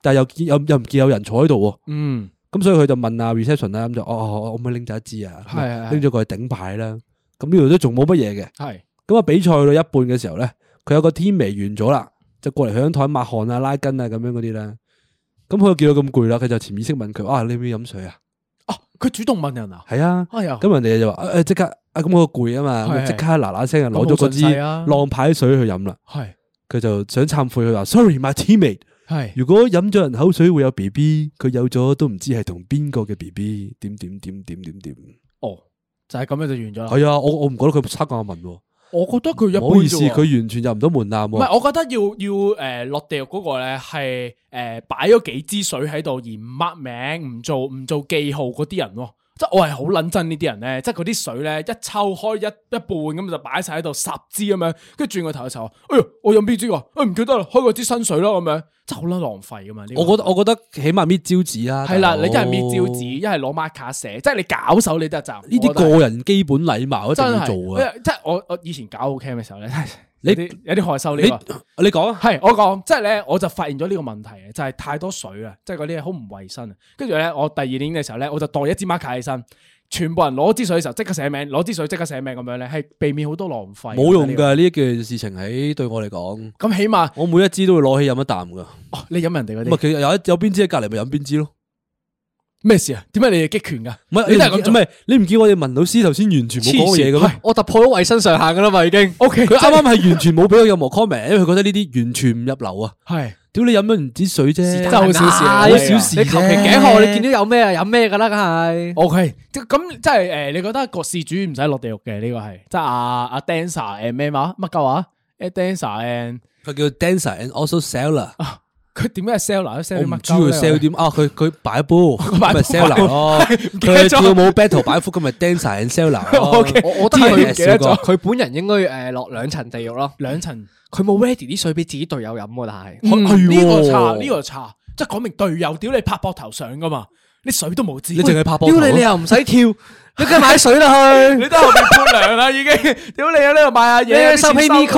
但係又見又又唔見有人坐喺度喎。嗯，咁所以佢就問啊 reception 啦，咁就哦哦，我可唔可以拎走一支啊？係係係拎咗過去頂牌啦。咁呢度都仲冇乜嘢嘅。系，咁啊，比賽去到一半嘅時候咧，佢有個天微完咗啦，就過嚟響台抹汗啊、拉筋啊咁樣嗰啲咧。咁佢見到咁攰啦，佢就潛意識問佢：啊，你要唔要飲水啊？哦，佢主動問人啊，係啊。哎呀，咁人哋就話：誒即刻啊，咁我攰啊嘛，係咁即刻嗱嗱聲就攞咗嗰支咁好順勢啊浪牌水去飲啦。系，佢就想懺悔，佢話 sorry，my teammate。系如果飲咗人口水會有 B B，佢有咗都唔知係同邊個嘅 B B，點點點點點點。哦，就系咁樣就完咗啦。係啊，我我唔覺得佢差過阿文喎。我覺得佢一唔好般意思，啫喎佢完全入唔到門檻唔係，喎。我覺得要要诶、呃落地獄嗰個咧係诶摆咗幾支水喺度，而唔 mark 名、唔做唔做記號嗰啲人喎。即系我係好撚憎呢啲人咧，即系嗰啲水咧一抽開一一半咁就擺晒喺度十支咁樣，跟住轉個頭嘅時候，哎呀，我飲邊支啊？哎唔記得啦，開個支新水啦咁樣，真係好撚浪費噶嘛呢個。我覺得我覺得起碼搣招紙啊啦。係啦，你一係真搣招紙，一係攞 marker 寫，即係你搞手你得就呢呢啲個人基本禮貌一定真要係做啊！因為即係我我以前搞好 cam 嘅時候咧，你有啲有啲害羞呢、你個。你講啊，系我講，即係咧，我就發現咗呢個問題啊嘅，就係太多水啊，即係嗰啲嘢好唔衛生啊。跟住咧，我第二年嘅時候咧，我就袋一支 marker 起身，全部人攞支水嘅時候即刻寫名，攞支水即刻寫名咁樣咧，係避免好多浪費。冇用。㗎呢件事情喺對我嚟講，咁起碼、我每一支都會攞起飲一啖㗎。哦你飲人哋嗰咁啊，啲其實有一有邊支喺隔離咪飲邊支咯。咩事啊？點解你哋激拳㗎？唔係你你都都係係咁咁做唔係你唔見我哋文老師頭先完全冇講過嘢嘅黐線咩係？我突破咗衞生上限噶啦嘛，已經。 O K，佢啱啱係完全冇俾我任何 comment，因為佢覺得呢啲完全唔入流啊！係屌你飲咗唔止水啫，真係好小事啊好小事你求其頸渴，你見到到有咩啊，飲咩噶啦，梗係。 O K，即係哦咁即係诶、誒你覺得個事主唔使落地獄嘅呢個係，即係阿阿 dancer and 咩話乜鳩話？a dancer and 佢叫 dancer and also seller，佢點解係 seller 我 sell 啲唔乜知佢鳩 sell 呢點啊！佢佢擺 波，咁擺咪波 seller 咯。唔記得佢咗跳舞 battle 擺幅，咁咪 dancer and seller 咯。 OK 我我覺知得佢佢記得咗佢本人應該誒落兩層地獄咯。兩層。佢冇 ready 啲水俾自己隊友飲喎，但係嗯係喎呢個差，呢個差，即係講明隊友屌你拍膊頭上噶嘛，你水都冇知，你淨係拍波屌你，你又唔 使跳，你梗係買水啦去。你都喺後面潑涼啦已 經，屌你喺啊呢度買下你嘢，收起 V 曲，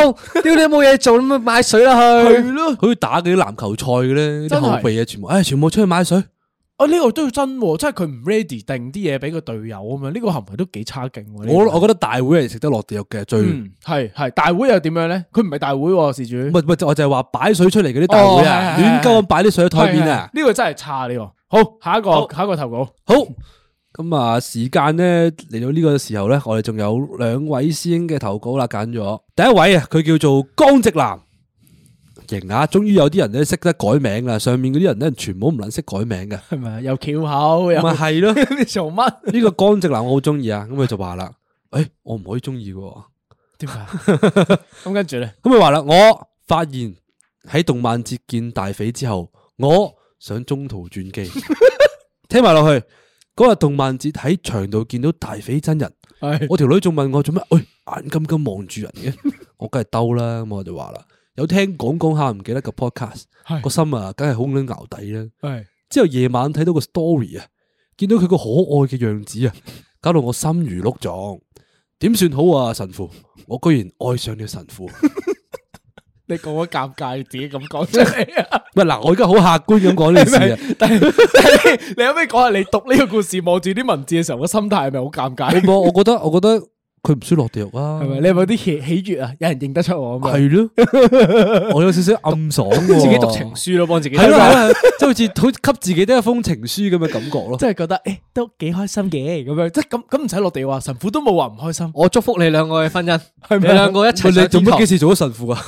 屌你冇嘢做，咁咪買水啦去。係咯，好似打嗰啲籃球賽嘅咧，啲真係後備啊，全部唉，全部出去買水。啊呢個都要真喎，即係佢唔 ready 定啲嘢俾個隊友咁樣，呢個行為都幾差勁喎。呢個我我覺得大會係食得落地獄嘅最，唔嗯係係大會又點樣咧？佢唔係大會喎，事主係唔係我就係話擺水出嚟嗰啲大會啊，亂哦係係係鳩咁擺啲水喺台面啊。係係呢個真係差呢個。好，下一個好下一個投稿，好，咁啊，時間咧嚟到呢個時候咧，我哋仲有兩位師兄嘅投稿啦，揀咗第一位啊，佢叫做江直男，型啊，終於有啲人咧識得改名啦，上面嗰啲人咧全部唔撚識改名嘅，係咪又翹口又咪係咯， 你做乜？呢個江直男我好中意啊，咁佢就話 啦，诶、我唔可以中意嘅喎，點 解？咁跟住咧，咁佢話啦，我發現喺動漫節見大肥之後，我想中途轉 機，聽埋落去嗰日動漫節喺場度見到大肥真人。係我條女仲問我做咩？喂、眼金金望住人嘅， 我梗係兜啦。咁我就話啦，有聽講講下唔記得個 podcast，係個心啊，梗係好撚淆底啦。係之後夜晚睇到個 story 啊，見到佢個可愛嘅樣子啊，搞到我心如鹿撞。點算好啊，神父？我居然愛上了神 父。你講咗尷尬，自己咁講出嚟啊！喂，嗱，我而家好客觀咁講呢件 事啊。但係 你有咩講下你讀呢個故事望住啲文字嘅時候個心態係咪好尷尬？我我覺得，我覺得佢唔需要落地獄啊係。咪？你有冇啲喜喜悦啊？有人認得出我啊嘛？係咯， 我有少少暗爽喎。自己讀情書咯，幫自己。係咯係咯，即係好似好似給自己得一封情書咁嘅感覺咯。即係覺得诶都幾開心嘅咁樣，即係咁咁唔使落地話神父都冇話唔開心，我祝福你兩個嘅婚姻，係你咪兩個一喂齊你上做天乜堂幾。時做咗神父啊？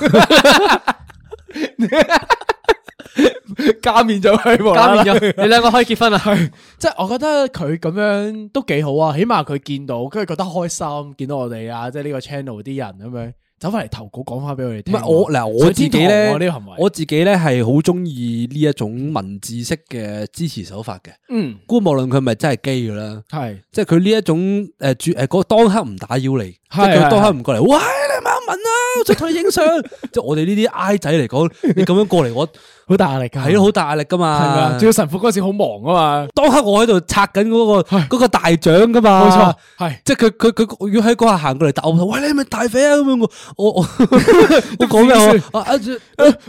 加面咗佢喎，加面咗，你兩個可以結啊婚啦。即係我覺得佢咁樣都幾好啊，起碼佢見到，跟住覺得開心，見到我哋啊，即係呢個 channel 啲人咁樣走翻嚟投稿講翻俾我哋唔聽。係我嗱，我自己上天咧堂啊喎呢個行為，我自己咧係好中意呢一種文字式嘅支持手法嘅。嗯估無論佢係咪真係基㗎啦，係即係佢呢一種誒主誒嗰當刻唔打擾你，即係係佢係當刻唔過嚟，喂你慢文啊，我想同你影相。即係我哋呢啲 I 仔嚟講，你咁樣過嚟我好大壓力㗎，係咯好大壓力㗎係咪啊嘛仲。要神父嗰時好忙啊嘛，當刻我喺度拆緊嗰個嗰個大獎㗎嘛，冇錯，係。即係佢佢佢要喺嗰下行過嚟答我，喂你係咪大肥啊咁樣我我我我講咩我啊啊唔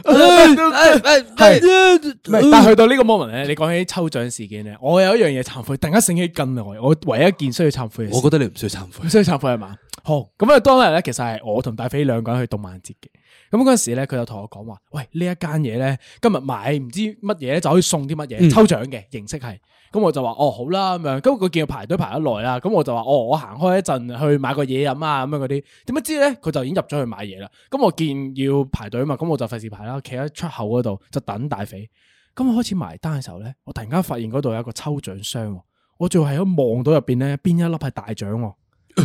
嗯係，但係去到呢個 moment 咧，你講起抽獎事件咧，我有一樣嘢慚愧，突然間醒起近來我唯一一件需要慚愧嘅事，我覺得你唔需要慚唔愧，需要慚愧係嘛？好，咁啊，當日咧，其實係我同大飛兩個人去動漫節嘅，咁嗰阵时咧，佢就同我講話：，喂，呢一間嘢咧，今日買唔知乜嘢咧，就可以送啲乜嘢，抽獎嘅形式係。咁我就話：哦，好啦，咁樣。咁佢見我排隊排得耐啦，咁我就話：哦，我行開一陣去買個嘢飲啊，咁樣嗰啲。點不知咧，佢就已經入咗去買嘢啦。咁我見要排隊嘛，咁我就費事排啦，企喺出口嗰度就等大肥。咁我開始埋單嘅時候咧，我突然間發現嗰度有一個抽獎箱喎，我仲係喺望到入邊咧邊一粒係大獎喎。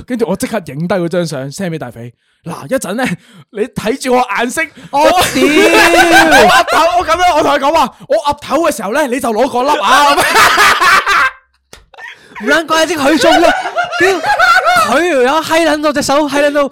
跟住我即刻影低嗰張相 send 俾大肥，嗱一陣咧，你睇住我眼色，我屌，我岌頭，我咁樣，我同佢講話，我岌頭嘅時候咧，你就攞嗰粒啊，唔撚怪即佢中啦，屌佢條友閪撚到隻手閪撚到閪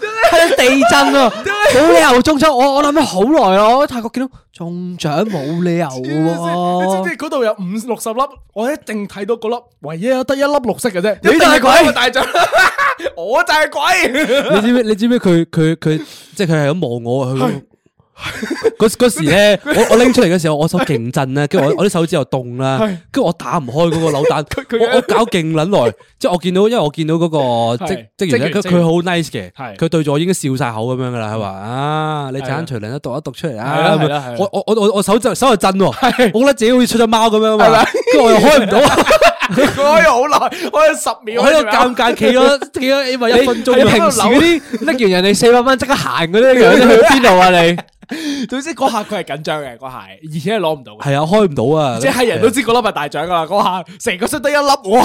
撚地震啊！冇理由中獎，我我諗咗好耐啊！我喺泰國見到中獎冇理由你知唔喎，知嗰度有五六十粒，我一定睇到嗰粒，唯一得一粒綠色嘅啫，你就係鬼一定嗰粒大獎， 我就係鬼， 你知唔知？你知唔知佢佢佢即係佢係咁望我佢。嗰嗰時咧，我我拎出嚟嘅時候，我手勁震啦，跟住我我啲手指又凍啦，跟住我打唔開嗰個扭蛋，佢嘅我我搞勁撚耐，即係我見到，因為我見到嗰個係職職員咧，職員佢佢好 nice 嘅係，佢對住我已經笑晒口咁樣噶啦，佢話啊，你陣間隨兩讀一讀出嚟係啦啊，係咁啦係啦樣我我我我我手就手就震喎，我覺得自己好似出咗貓咁樣啊嘛，跟住我又開唔到，佢開咗好耐，開咗十秒，我喺度尷尬企咗企咗起碼一分鐘你咁樣，平時嗰啲拎完人哋四百蚊即刻行嗰啲樣，你去邊 度啊你？總之嗰下佢係緊張嘅嗰下，而且係攞唔到嘅。係啊，開唔到啊，即係人都知嗰粒係大獎噶啦，嗰下成個箱得一粒，我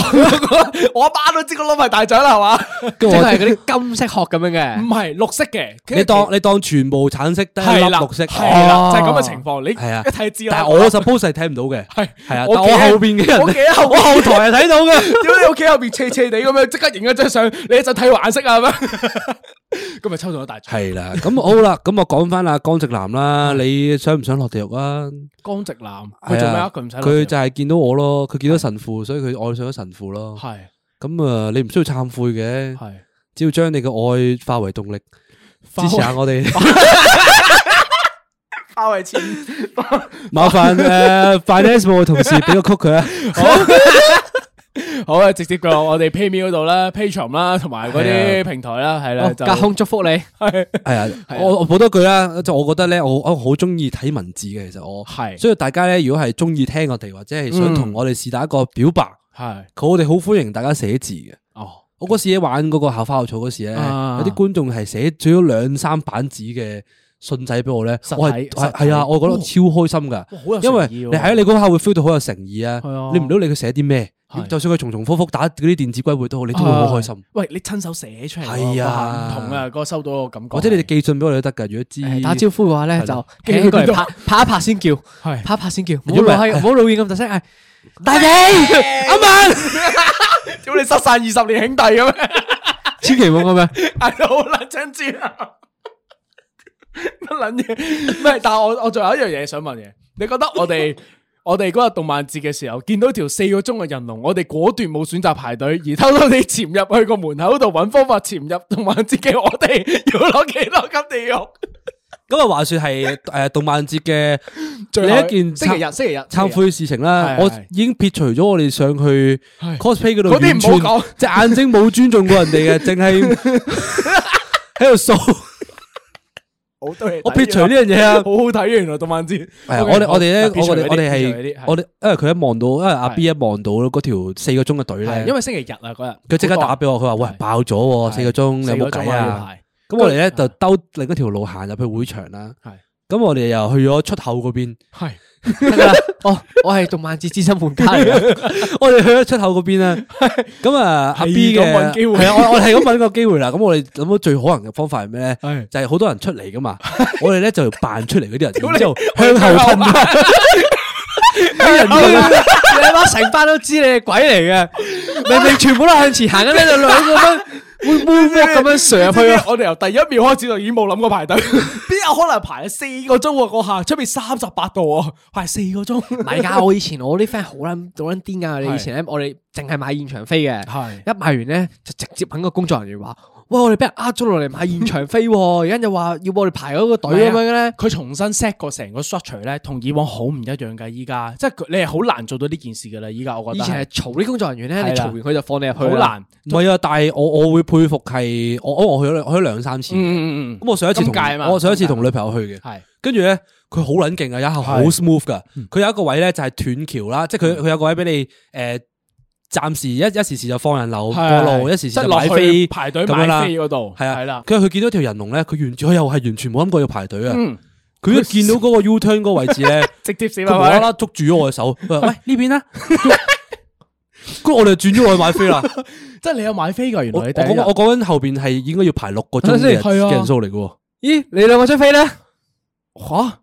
我阿媽都知嗰粒係大獎啦，係嘛？跟住即我係嗰啲金色殼咁 樣唔嘅，係綠色嘅，你當你當全部橙色都係係粒啦綠色，係啦，哦就係咁嘅情況，你係啊一睇就知啦。但係我 suppose 係睇唔到嘅，係係啊，我但我企喺後邊嘅人，我企喺後邊我後台係睇到嘅。屌你屋企後邊斜斜地咁樣，即刻影咗張相，你一陣睇我顏色啊 咁樣，咁咪抽中咗大獎。係啦，咁好啦，咁我啊講翻啦，江直男啦，你想唔想落地獄啊？江直男佢做咩啊？佢唔使攞佢錢就係見到我咯，佢見到神父，所以佢愛上咗神父咯。係咁啊，你唔需要懺悔嘅，係只要將你嘅愛化為動力，支持下我哋。 花為錢，麻煩诶，finance 部嘅同事俾個曲佢啊。好啊！直接過我哋 PayMe 嗰度啦、Patreon 啦，同埋嗰係啲平台啦，係啦，哦就隔空祝福你。係係啊，我我補多句啦，就我覺得咧，我我好中意睇文字嘅，其實我係嗯所以大家咧，如果係中意聽我哋或者係想同我哋是但一個表白，係佢我哋好歡迎大家寫字嘅。哦，我嗰時咧玩嗰個校花校草嗰時咧，啊有啲觀眾係寫最少兩三版紙嘅信仔俾我咧，實體我係實係體哦係啊，我覺得超開心噶哇好有，因為誠意喎你喺你嗰刻會 feel 到好有誠意啊係啊，你唔到你佢寫啲咩係，哦就算佢重重複複打嗰啲電子歸會都好，你都會好開心。喂，你親手寫出嚟喎，係啊嗰下唔同啊，嗰個收到個感覺。或者你哋寄信俾我哋都得㗎，如果知誒打招呼嘅話咧，係就咯企過嚟拍拍一拍先叫，係拍一拍先叫，唔如好果老唔係閪，唔好老遠咁大聲嗌大肥。阿文。屌你失散二十年兄弟 咁樣，千祈唔好咁樣。係好啦，真知啊，乜撚嘢？唔係，但係我我仲有一樣嘢想問嘅，你覺得我哋 我哋嗰日動漫節嘅時候，見到條四個鐘嘅人龍，我哋果斷冇選擇排隊，而偷偷地潛入去個門口度揾方法潛入動漫節嘅我哋，要攞幾多級地獄？咁啊，話說 係诶動漫節嘅最後另一件星期日，懺星期日懺悔嘅事情啦，係我係已經撇除咗我哋上去係 cosplay 嗰度嗰啲唔好完講全隻眼睛冇尊重過人 哋嘅，淨係喺度掃。好多嘢睇我撇除呢樣嘢啊好好睇原來動漫節。係啊我哋我哋咧，撇我除我哋嗰啲我哋撇係除嗰啲我哋，因為佢一望到，因為阿係 B 一望到嗰條四個鐘嘅隊咧，係因為星期日啊嗰日，佢即刻打俾我，佢話：喂係，爆咗喎，四個鐘有四個冇鐘計要啊？排咁我哋咧就兜另一條路行入去會場啦。係咁我哋又去咗出口嗰邊。係得噶啦，我我係動漫節資深玩家 嚟嘅，我哦哋去咗出口嗰邊啦，咁啊阿 係 B 咁搵嘅機會係啊，我我係咁搵個機會啦。咁我哋諗到最可能嘅方法係咩咧？係就係好多人出嚟噶 嘛，我哋咧就扮出嚟嗰啲人，然之後你向後向後褪翻，啲人哎哎你要阿媽成班都知你係鬼 嚟嘅，明明全部都向前行緊，你哋兩個都會 m o 咁樣上入你去知唔啊知！我哋由第一秒開始就已經冇諗過排隊，邊有可能排咗四個鐘喎？嗰下出面三十八度啊，排四個鐘，唔係㗎，我以前我啲 friend 好撚好撚癲㗎，我哋係以前咧，我哋淨係買現場飛嘅，係一買完咧就直接揾個工作人員話：，哇！我哋俾人呃咗落嚟買現場 飛喎，而家又話要我哋排嗰個隊咁樣嘅咧。佢重新 set 過成個 structure 咧，同以往好唔一樣㗎。依家即係佢你係好難做到呢件事㗎啦。依家我覺以得前係嘈啲工作人員咧，係啦你嘈完佢就放你入去好啦。難。唔係啊，但係我我會佩服係我我我去咗兩去咗兩三次，咁、嗯嗯嗯我上一次今屆啊嘛同我上一次同女朋友去嘅，係嗯跟住咧佢好撚勁啊，有一下好 smooth 噶，佢有一個位咧就係斷橋啦，即係佢佢有個位俾你誒。暫時一一時時就放人流過係路，係一時時即係就落買去飛排隊咁樣啦買飛嗰度係啊，係啦跟住佢見到條人龍咧，佢完全佢又係完全冇諗過要排隊啊！嗯佢一見到嗰個 U turn 嗰個位置咧， 直接啊死佢埋無佢啦啦捉住咗我嘅手，佢話：喂呢 邊啦！跟住我哋轉咗我去買飛 啦。即係你有買飛㗎，原我我來你第一講日我講緊後邊係應該要排六個鐘等陣嘅先係啊嘅人數嚟嘅喎。咦？你兩個張飛咧？吓，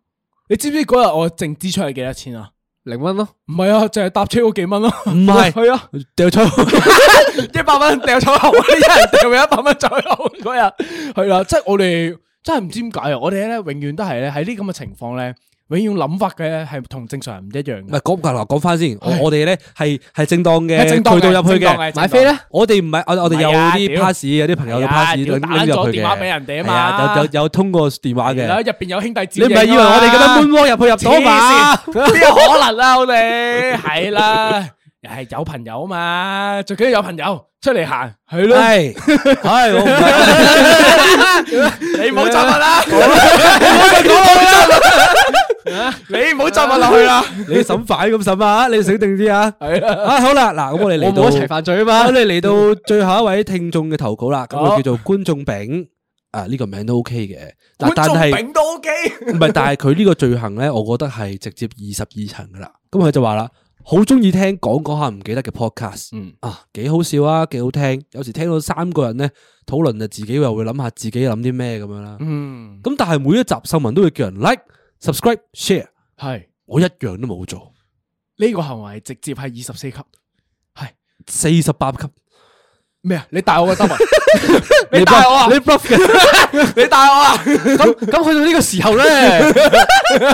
你知唔知嗰日我淨支出係幾多錢啊？零蚊咯，唔係啊，就係搭車嗰幾蚊咯。唔係係啊，掉出一百蚊掉彩虹，一人掉咗一百蚊彩虹嗰日，係啦，即係我哋真係唔知點解啊！我哋咧永遠都係咧喺呢咁嘅情況咧，永遠諗法嘅咧係同正常人唔一樣 唔係嘅。講嗱嗱講翻先，我我哋咧係係正當嘅係渠正當嘅道入去正當嘅嘅。買飛咧？我哋唔係我我哋有唔係啊啲屌 pass，有啲朋友嘅係啊 pass 拎屌拎打入咗去嘅。電話俾人哋啊嘛係有有有通過電話係啦，嘅。入邊有兄弟姊你妹，唔啊係以為我哋咁 à. 樣搬窩入去入到嘛？ 邊有可能啊？我哋係啦，又係有朋友嘛，最緊要有朋友出嚟行，係咯，系系，我唔係你唔好再 問啦，你唔好再問落去啦，你審犯咁審啊！你醒定啲啊！係啦。啊好啦，嗱咁我哋嚟我到，冇一齊犯罪啊嘛我。哋嚟到最後一位聽眾嘅投稿啦，咁佢好叫做觀眾丙啊，呢個名都 OK 嘅， 但但觀眾係丙都 OK，唔 係？但係佢呢個罪行咧，我覺得係直接二十二層噶啦。咁佢就話啦，好中意聽講講下唔記得嘅 podcast，嗯啊幾好笑啊，幾好聽。有時聽到三個人咧討論，就自己又會諗下自己諗啲咩咁樣啦。嗯，咁但係每一集秀文都會叫人 like、subscribe、share，係我一樣都冇做。呢個行為直接係二十四級，係四十八級，咩啊？你大 我嘅德文，你大我啊你 bluff 嘅，你大我啊？咁咁去到呢個時 候咧，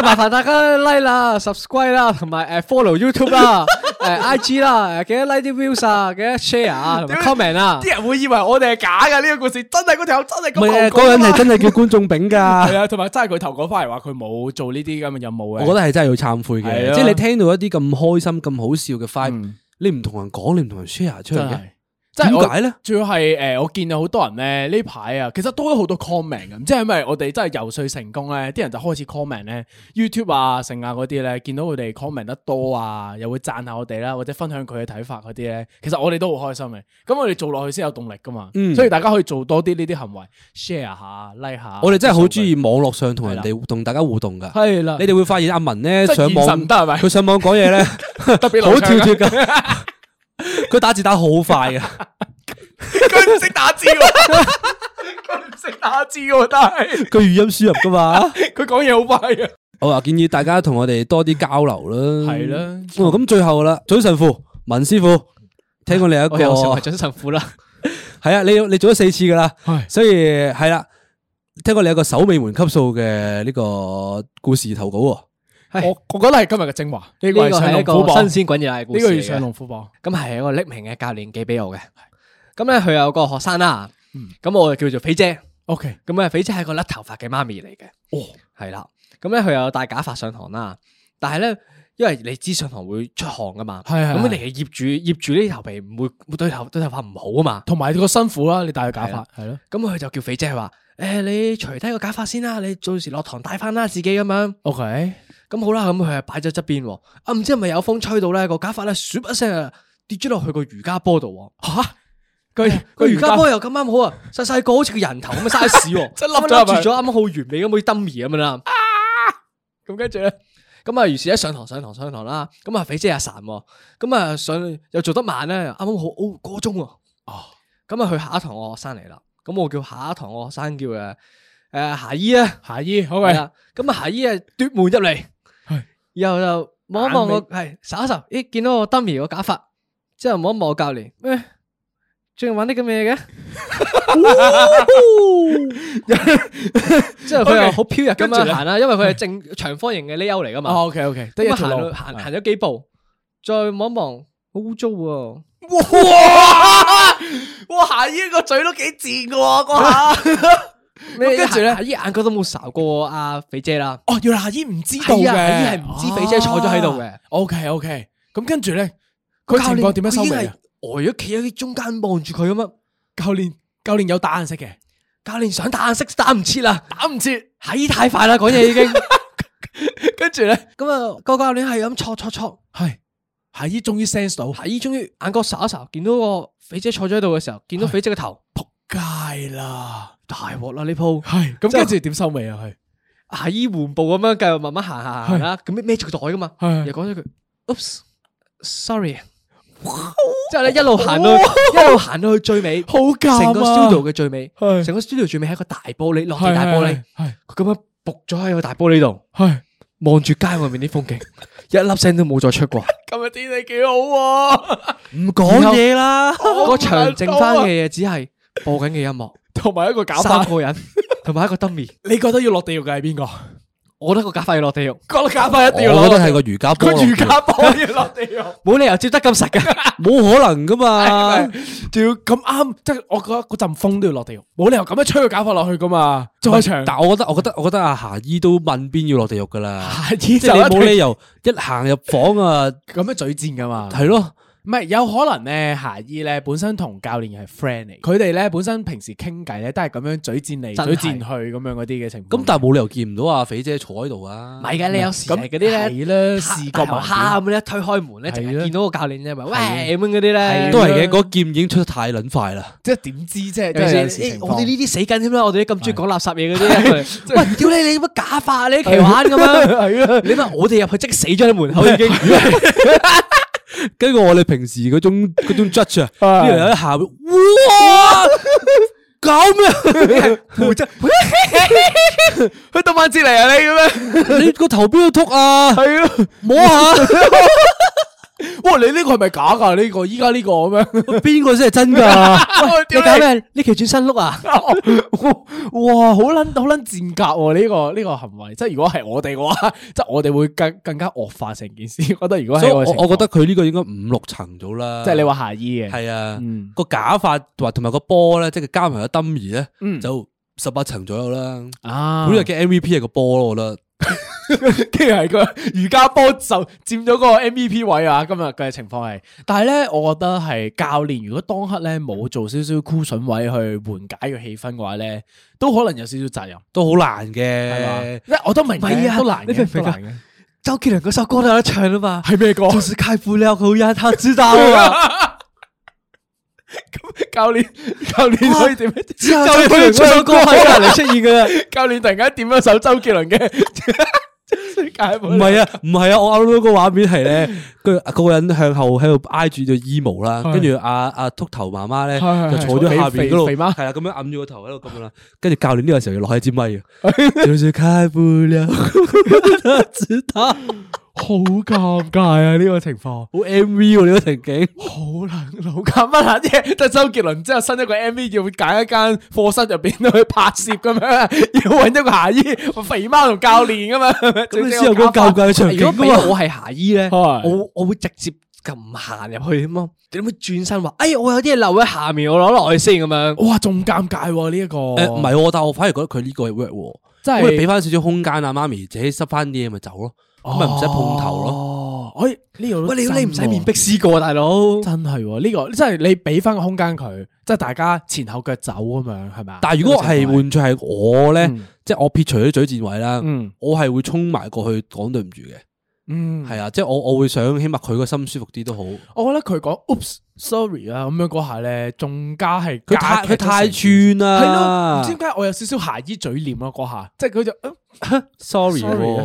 麻煩大家 like 啦、subscribe 啦，同埋誒呃 follow YouTube 啦、 誒 IG 啦，呃誒記得 like 啲 views 啊，記得 share 啊，同埋 comment 啊。啲人會以為我哋係假嘅呢個故事，真係嗰條友真係唔係啊咁嗰個人係係真係叫觀眾丙 係噶。啊，同埋真係佢投稿翻嚟話佢冇做呢啲咁嘅任務我嘅，覺得係真係要懺悔係嘅，啊即係你聽到一啲咁開心、咁好笑嘅 five，嗯你唔同人講，你唔同人 share 出嚟真嘅係，。即係我點解咧？仲要係誒，我見到好多人咧呢排啊，其實多咗好多 comment 嘅，唔知係咪我哋真係游說成功咧，啲人就開始 comment 咧 YouTube 啊、成啊嗰啲咧，見到佢哋 comment 得多啊，又會讚下我哋啦，或者分享佢嘅睇法嗰啲咧，其實我哋都好開心嘅。咁我哋做落去先有動力噶嘛，嗯所以大家可以做多啲呢啲行為，share 下、like 下。我哋真係好中意意，網絡上同人哋同大家互動噶。係啦，你哋會發現阿文咧即係上現實唔網，得係咪佢上網講嘢咧特別流好暢跳 啊脱噶，佢打字打好快嘅。佢唔識打字 喎，佢唔識打字喎，但係佢語音輸入噶嘛。佢講嘢好快啊。我話建議大家同我哋多啲交流啦。係啦哦咁最後啦，早神父、文師傅，聽過你有一個哎我又 成為準神父啦，係啊，你你做咗四次噶啦，係所以係啦。聽過你有一個守尾門級數嘅呢個故事投稿喎，我我覺得係今日嘅精華，呢哎呢個個係上係一龍個虎榜，呢新鮮滾熱辣嘅故個要事上嚟嘅。龍虎榜。咁係一個匿名嘅教練寄俾我嘅。咁咧佢有個學生啦，咁我就叫做肥姐。 O K，咁啊，肥姐係個甩頭髮嘅媽咪嚟嘅。哦，係啦。咁咧佢又戴假髮上堂啦，但係咧，因為你知上堂會出汗噶嘛，係係咁係你係業主，業主呢頭皮唔會對頭對頭髮唔好啊嘛。同埋個辛苦啦，你戴個假髮係咯，咁佢就叫肥姐話：誒、你除低個假髮先啦，你到時落堂戴翻啦，自己咁樣。 ，O K，咁好啦，咁佢係擺咗側邊喎。啊，唔知係咪有風吹到咧，個假髮咧，唰一聲啊跌咗落去個瑜伽波度喎。嚇！佢個瑜伽波又咁啱好啊，細細個好似個人頭咁嘅 size 喎，真笠咗咁啊係咪笠住咗，啱啱好完美咁，好似 dummy 咁樣啦。咁跟住咧，咁啊，於是咧上堂上堂上堂啦，咁啊肥姐阿神喎，咁啊上又做得慢咧，啱啱好 O 個鐘喎。哦，咁啊去下一堂我學生嚟啦，咁我叫下一堂我學生叫誒誒霞姨啊。夏姨好系嘅，啦，咁啊霞姨啊奪門入嚟係，然後就望一望我，係睄一睄，咦見到我 dummy 個假髮，之後望一望我教練，咩最近玩啲咁嘅嘢 嘅？之後佢又好飄逸咁跟住樣呢哦行啦，因為佢係正長方形嘅 layout 嚟噶嘛， O K O K，得一咁啊條行路到行行咗幾步，再望一望，好污糟喎，哇！ 哇！行煙個嘴都幾賤噶喎，嗰下。咩跟住咧阿姨眼角都冇睄過阿肥姐啦。哦，原來阿姨唔知道係嘅，啊阿姨係唔知肥姐坐咗喺度嘅。 O K O K，咁跟住咧，佢情況點樣收尾啊？我呆咗企喺中間望住佢咁樣，教練教練有打眼色嘅，教練想打眼色打唔切啦，打唔切。係太快啦，講嘢已經。 跟住咧，咁啊，個教練係咁戳戳戳，係阿姨終於 sense 到阿姨終於眼角睄一睄，見到個肥姐坐咗喺度嘅時候，見到肥姐嘅頭，仆街啦，大鑊啦呢鋪。係咁之後跟住點收尾啊？佢阿姨緩步咁樣繼續慢慢行行行行啦，咁孭孭住個袋噶嘛，係又講咗句，oops，sorry。之後咧一路行到一路行到去最尾，哦好尷啊成個 studio 嘅最尾，係成個 studio 最尾係一個大玻璃落地大玻璃，係佢咁樣仆咗喺個大玻璃度，係望住街外面啲風景， 一粒聲都冇再出過。今日天氣幾好 喎，唔講嘢啦，嗰場剩啊翻嘅嘢只係播緊嘅音樂，同埋一個假三髮。個人同埋一個 dummy，你覺得要落地獄嘅係邊個？我覺得個假髮要落地獄，個假髮一定要我覺得落地獄係個瑜伽波個浪瑜拳，伽波要 落地獄。冇理由接得咁 實噶。冇可能噶嘛。仲要咁啱，即係我覺得嗰陣風都要落地獄，冇理由咁樣吹個假髮落去噶嘛。再 長但我覺得，我覺得，我覺得阿霞姨都問邊要落地獄噶啦， 下衣即係你冇理由一行入房 啊，咁樣嘴賤噶嘛。係咯，唔係有可能咧，夏衣咧本身同教練係 friend 嚟，佢哋咧本身平時傾偈咧都係咁樣嘴戰嚟真係嘴戰去咁樣嗰啲嘅情況。咁但係冇理由見唔到阿肥姐坐喺度啊唔。係嘅，你有時係嗰啲咧，係啦，嚇視覺大盲頭點蝦咁樣一推開門咧，淨係啊係啦見到個教練啫嘛，喂咁樣嗰啲咧，都係嘅，嗰劍已經出得太撚快啦。即係點知啫？尤即係有其時是情我哋況呢啲死緊添啦，我哋啲咁中意講垃圾嘢嗰啲，喂，屌你你乜假髮啊你奇玩咁樣， 係啊啦，你咪我哋入去即死咗喺門 口已經，跟住我哋平時嗰種嗰種 judge 啊，啊呢度有一下， 哇，咁啊，佢動漫節嚟啊！你咁樣你個頭邊度禿啊？係咯，摸下，哇！你呢個係咪假噶？呢個依家呢個咁 樣。邊個先係真㗎？你搞咩？呢期轉身 碌啊？哇，好捻好捻賤格喎！呢、個呢、個行為，即係如果係我哋嘅話， 即係我哋會更更加惡化成件事。我覺得如 果所以係我個情況我覺得佢呢個應該五六層到啦。即係你話下衣嘅，係啊嗯，個假髮同埋同埋個波咧，即係加埋個 dummy 咧嗯，就十八層左右啦。啊本日嘅 MVP 係個波咯，我覺得。跟住係個瑜伽波就佔咗個 MVP 位啊！今日嘅情況係，但係咧，我覺得係教練如果當刻咧冇做少少 cushion 位去緩解個氣氛嘅話咧，都可能有少少責任，都好難係嘛嘅？。因為我都明唔係嘅，啊都難你明唔嘅，明都啊難嘅。周杰倫嗰首歌都有得唱啊嘛，係咩歌？就是開不了口呀，他知道啊，教練教練可以點樣？之後周杰倫嗰首歌喺隔離出現嘅，教練突然間點咗首周杰倫嘅世界唔係啊，唔係啊，我啱到個畫面係咧，佢嗰個人向後喺度挨住對 emo 啦，係跟住阿阿禿頭媽媽咧係係係就坐咗喺下邊嗰度，肥肥媽係啦，咁樣揞住個頭喺度咁樣啦，跟住教練呢個時候要攞起支咪啊， 就是開不了，只他好好尷尬啊！呢個情況 MV 喎呢個情景，好難老尷乜撚嘢？得周杰倫之後新一個 M V 要揀一間課室入邊去拍攝咁樣， 要揾一個牙醫、肥媽同教練 咁樣。咁最你正先有嗰個個教尷法尬嘅場景哎如果㗎俾嘛，我係下衣咧，係我我會直接撳行入去咁咯，你點會轉身話？哎，我有啲嘢漏喺下面，我攞落去先咁樣。哇，仲尷尬喎呢一個。誒唔係喎，但我反而覺得佢呢個係 work 喎，真係因為俾翻少少空間啊，媽咪自己執翻啲嘢咪走咯，咁咪唔使碰頭咯。哦，哎呢個都喂，你真你唔使喎面壁思過，大佬。真係喎，呢、個真係你俾翻個空間佢，即係大家前後腳走咁樣，係咪啊？但係如果係呢個情況換作係我咧嗯，即係我撇除咗嘴戰位啦，嗯我係會衝埋過去講對唔住嘅，嗯，係啊，即係我我會想起碼佢個心舒服啲都好。我覺得佢講 oops sorry 啊咁樣嗰下咧，仲加係佢太佢太串啊啊係咯，唔啦，知點解我有少少瑕衣嘴臉咯嗰下，即係佢就嗯 sorry 喎 sorry 啊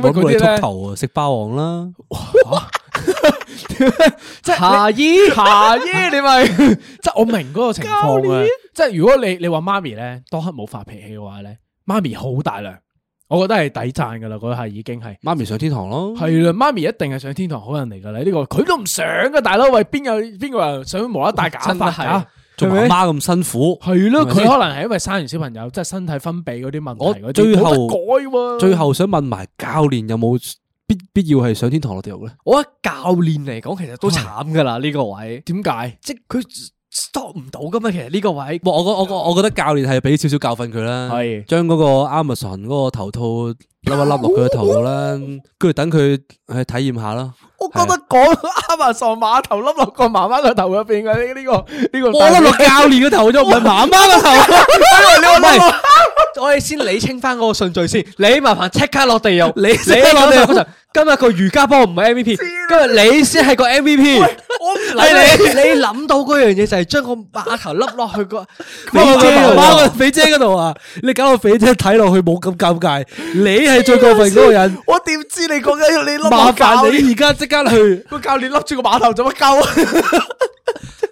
咁啊我嗰啲冇你咧禿頭啊，食霸王啦，即係下衣 下衣你咪 即係我明嗰個情況啊！即係如果你你話媽咪咧當刻冇發脾氣嘅話咧，媽咪好大量，我覺得係抵讚噶啦，嗰下已經係。媽咪上天堂咯，系啦，媽咪一定係上天堂好人嚟噶啦，呢、個佢都唔想噶，大佬喂，邊有邊個人想無啦啦戴假哦真髮係噶？做係媽咪媽咁辛苦，係係咯，咪佢先可能係因為生完小朋友，即係身體分泌嗰啲問題嗰啲，我最後冇得改喎，最後想問埋教練有冇必必要係上天堂落地獄咧？我覺得教練嚟講，其實都慘噶啦呢個位，點解？即係佢 stop 唔到噶嘛。其實呢個位，我我我我我覺得教練係俾少少教訓佢啦，係將嗰個 Amazon 嗰個頭套笠一笠落佢個頭度啦，跟住等佢去體驗下啦。我覺得講 Amazon 碼頭笠落個媽媽個頭入邊嘅呢呢個呢個，我笠落教練個 頭啫，唔係媽媽個頭。唔係，我哋先理清翻嗰個順序先。李麻煩即刻落地 獄，你即刻落地獄獄。今日個瑜伽波唔係 MVP，今日你先係個 MVP。我唔理係你，你諗到嗰樣嘢就係將個碼頭笠落 去個你你姐姐媽度媽個肥姐嗰度啊！你搞到肥姐睇落去冇咁尷尬，你係最過分嗰個人。 我點知你講緊你笠麻落教煩練你而家即刻去。個教練笠住個碼頭做乜鳩啊？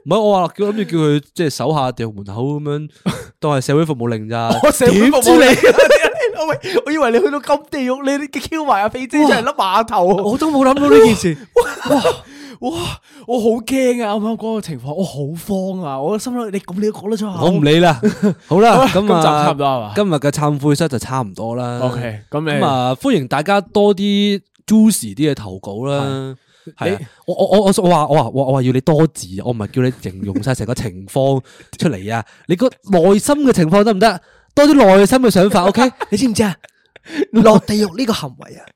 唔係我話叫諗住叫佢即係守下地獄門口咁 樣，當係社會服務令咋。我成日點服知務你？你， 喂，我以為你去到金地獄，你你 Q 埋阿肥姐出嚟笠碼頭，我都冇諗到呢件事。 哇！我好驚啊！啱啱嗰個情況，我好慌啊！我心諗你咁你都講得出口，我唔理啦。好啦，好咁咁就差啊唔多係嘛，今日嘅懺悔室就差唔多啦。 OK，咁你咁啊，歡迎大家多啲 juicy 啲嘅投稿啦。係啊，我我我我我話我話我話要你多字，我唔係叫你形容晒成個情況出嚟啊！你個內心嘅情況得唔得？多啲內心嘅想法，OK？你知唔知啊？落地獄呢個行為啊，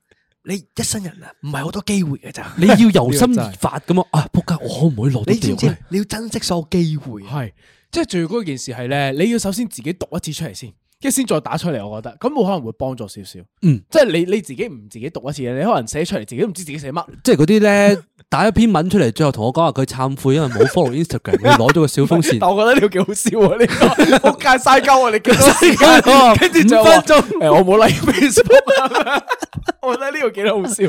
你一生人啊，唔係好多機會嘅咋。你要由心而發咁啊！啊，仆街，我可唔可以落到你知地唔獄知咧？？你要珍惜所有機會啊。係，即係最嗰件事係咧，你要首先自己讀一次出嚟先，跟住先再打出嚟。我覺得咁冇可能會幫助少少。嗯，即係你你自己唔自己讀一次，你可能寫出嚟自己都唔知自己寫乜。即係嗰啲咧，打一篇文出嚟，最後同我講話佢懺悔，因為冇 follow Instagram，佢攞咗個小風扇。但 我覺得呢個幾好笑啊！ 呢個仆街嘥啊鳩我哋幾多時嘥鳩啊間，跟住就五分鐘。誒，我冇 like Facebook 啊。我覺得呢個幾好笑，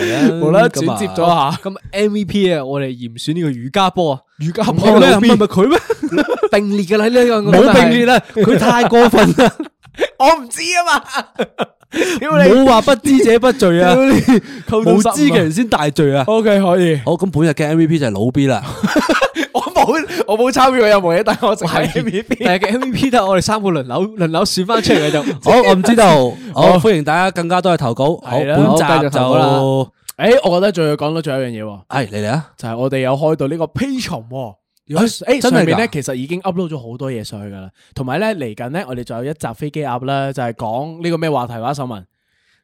係啊，無啦啦咁啊轉接咗下咁 MVP 啊，我哋嚴選呢個瑜伽波啊，瑜伽唔係咩？唔係唔係佢咩？並列嘅啦呢個冇並列啦，佢太過分啦！我唔知啊嘛。屌你，冇話不知者不罪啊！ 無啊冇知嘅人先大罪啊！ OK 可以。好，咁本日嘅 MVP 就係老 B 啦，我冇我冇參與過任何嘢，但係我淨係 MVP。但係嘅 MVP 都係我哋三個輪流輪流選翻出嚟嘅就。好，我唔知道， 好歡迎大家更加多嘅投稿，好，係本啦集好繼續投稿啦就 诶、我覺得仲要講到最後一樣嘢喎，係嚟嚟啊！就係我哋有開到呢個 Patreon 喎。如果誒哎诶真係㗎上面咧，其實已經 upload 咗好多嘢上去噶啦，同埋咧嚟緊咧，我哋仲有一集飛機鴨啦，就係講呢個咩話題話秀文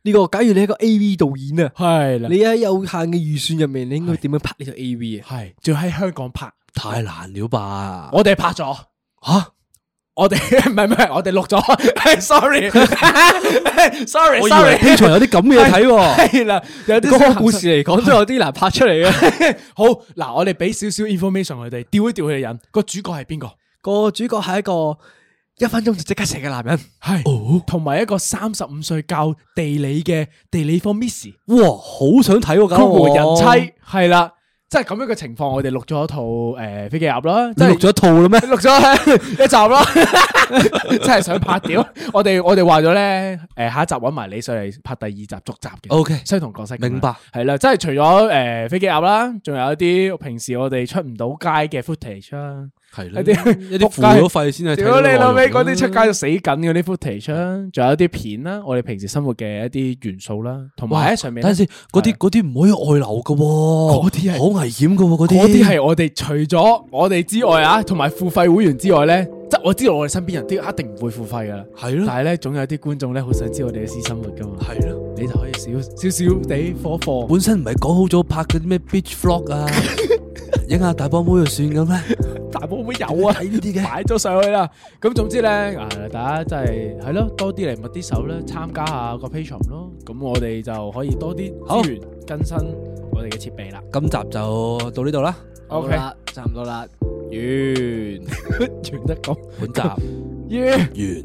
呢個假如你係一個 AV 導演啊，係啦，你喺有限嘅預算入面，你應該點樣拍呢套 AV 啊？係仲要喺香港拍，太難了吧？我哋拍咗吓，我哋 唔係唔係，我哋錄咗 ，sorry，sorry，sorry，我以為機場有啲咁嘅 嘢睇喎。係啦，有啲嗰個故事嚟講都有啲難拍出嚟嘅。 好嗱，我哋俾少少 information 佢哋，調一調佢哋人，個主角係邊個？個主角係一個一分鐘就即刻死嘅男人，哦系，同埋一個三十五歲教地理嘅地理科 Miss，哇，好想睇喎，搞到佢我和人妻，係啦，即係咁樣嘅情況，我哋錄咗一套诶飛機鴨啦，即你係錄咗一套啦咩？錄咗一集啦， 真係想拍屌！我哋我哋話咗咧，诶下一集揾埋你上嚟拍第二集續集嘅 OK 相同角色咁樣，明白係啦，即係除咗诶飛機鴨啦，仲有一啲平時我哋出唔到街嘅 footage 啦。係一啲一啲付咗費先係哎睇屌到你老味，內容嗰啦啲出街就死緊嗰啲 footage 啦，仲有啲片啦，我哋平時生活嘅一啲元素啦，同哇埋喺上面呢。等陣先，嗰啲係啊嗰啲唔可以外流噶，嗰嗰啲係好危險噶，嗰啲嗰啲係我哋除咗我哋之外啊，同埋付費會員之外咧，即係我知道我哋身邊人都一定唔會付費噶啦。係但咯係咧，總有啲觀眾咧，好想知我哋嘅私生活噶嘛，係咯，你就可以少少少地火貨。本身唔係講好咗拍嗰啲咩 beach vlog 啊，影下大波妹就算咁咩？大寶會有啊，睇呢啲嘅買咗上去啦。咁總之咧，啊大家真係係咯，多啲嚟密啲手啦，參加下個 Patreon 咯。咁我哋就可以多啲好資源更新我哋嘅設備啦。今集就到呢度啦，好啦，差唔多啦。 完完得咁本 集完。完。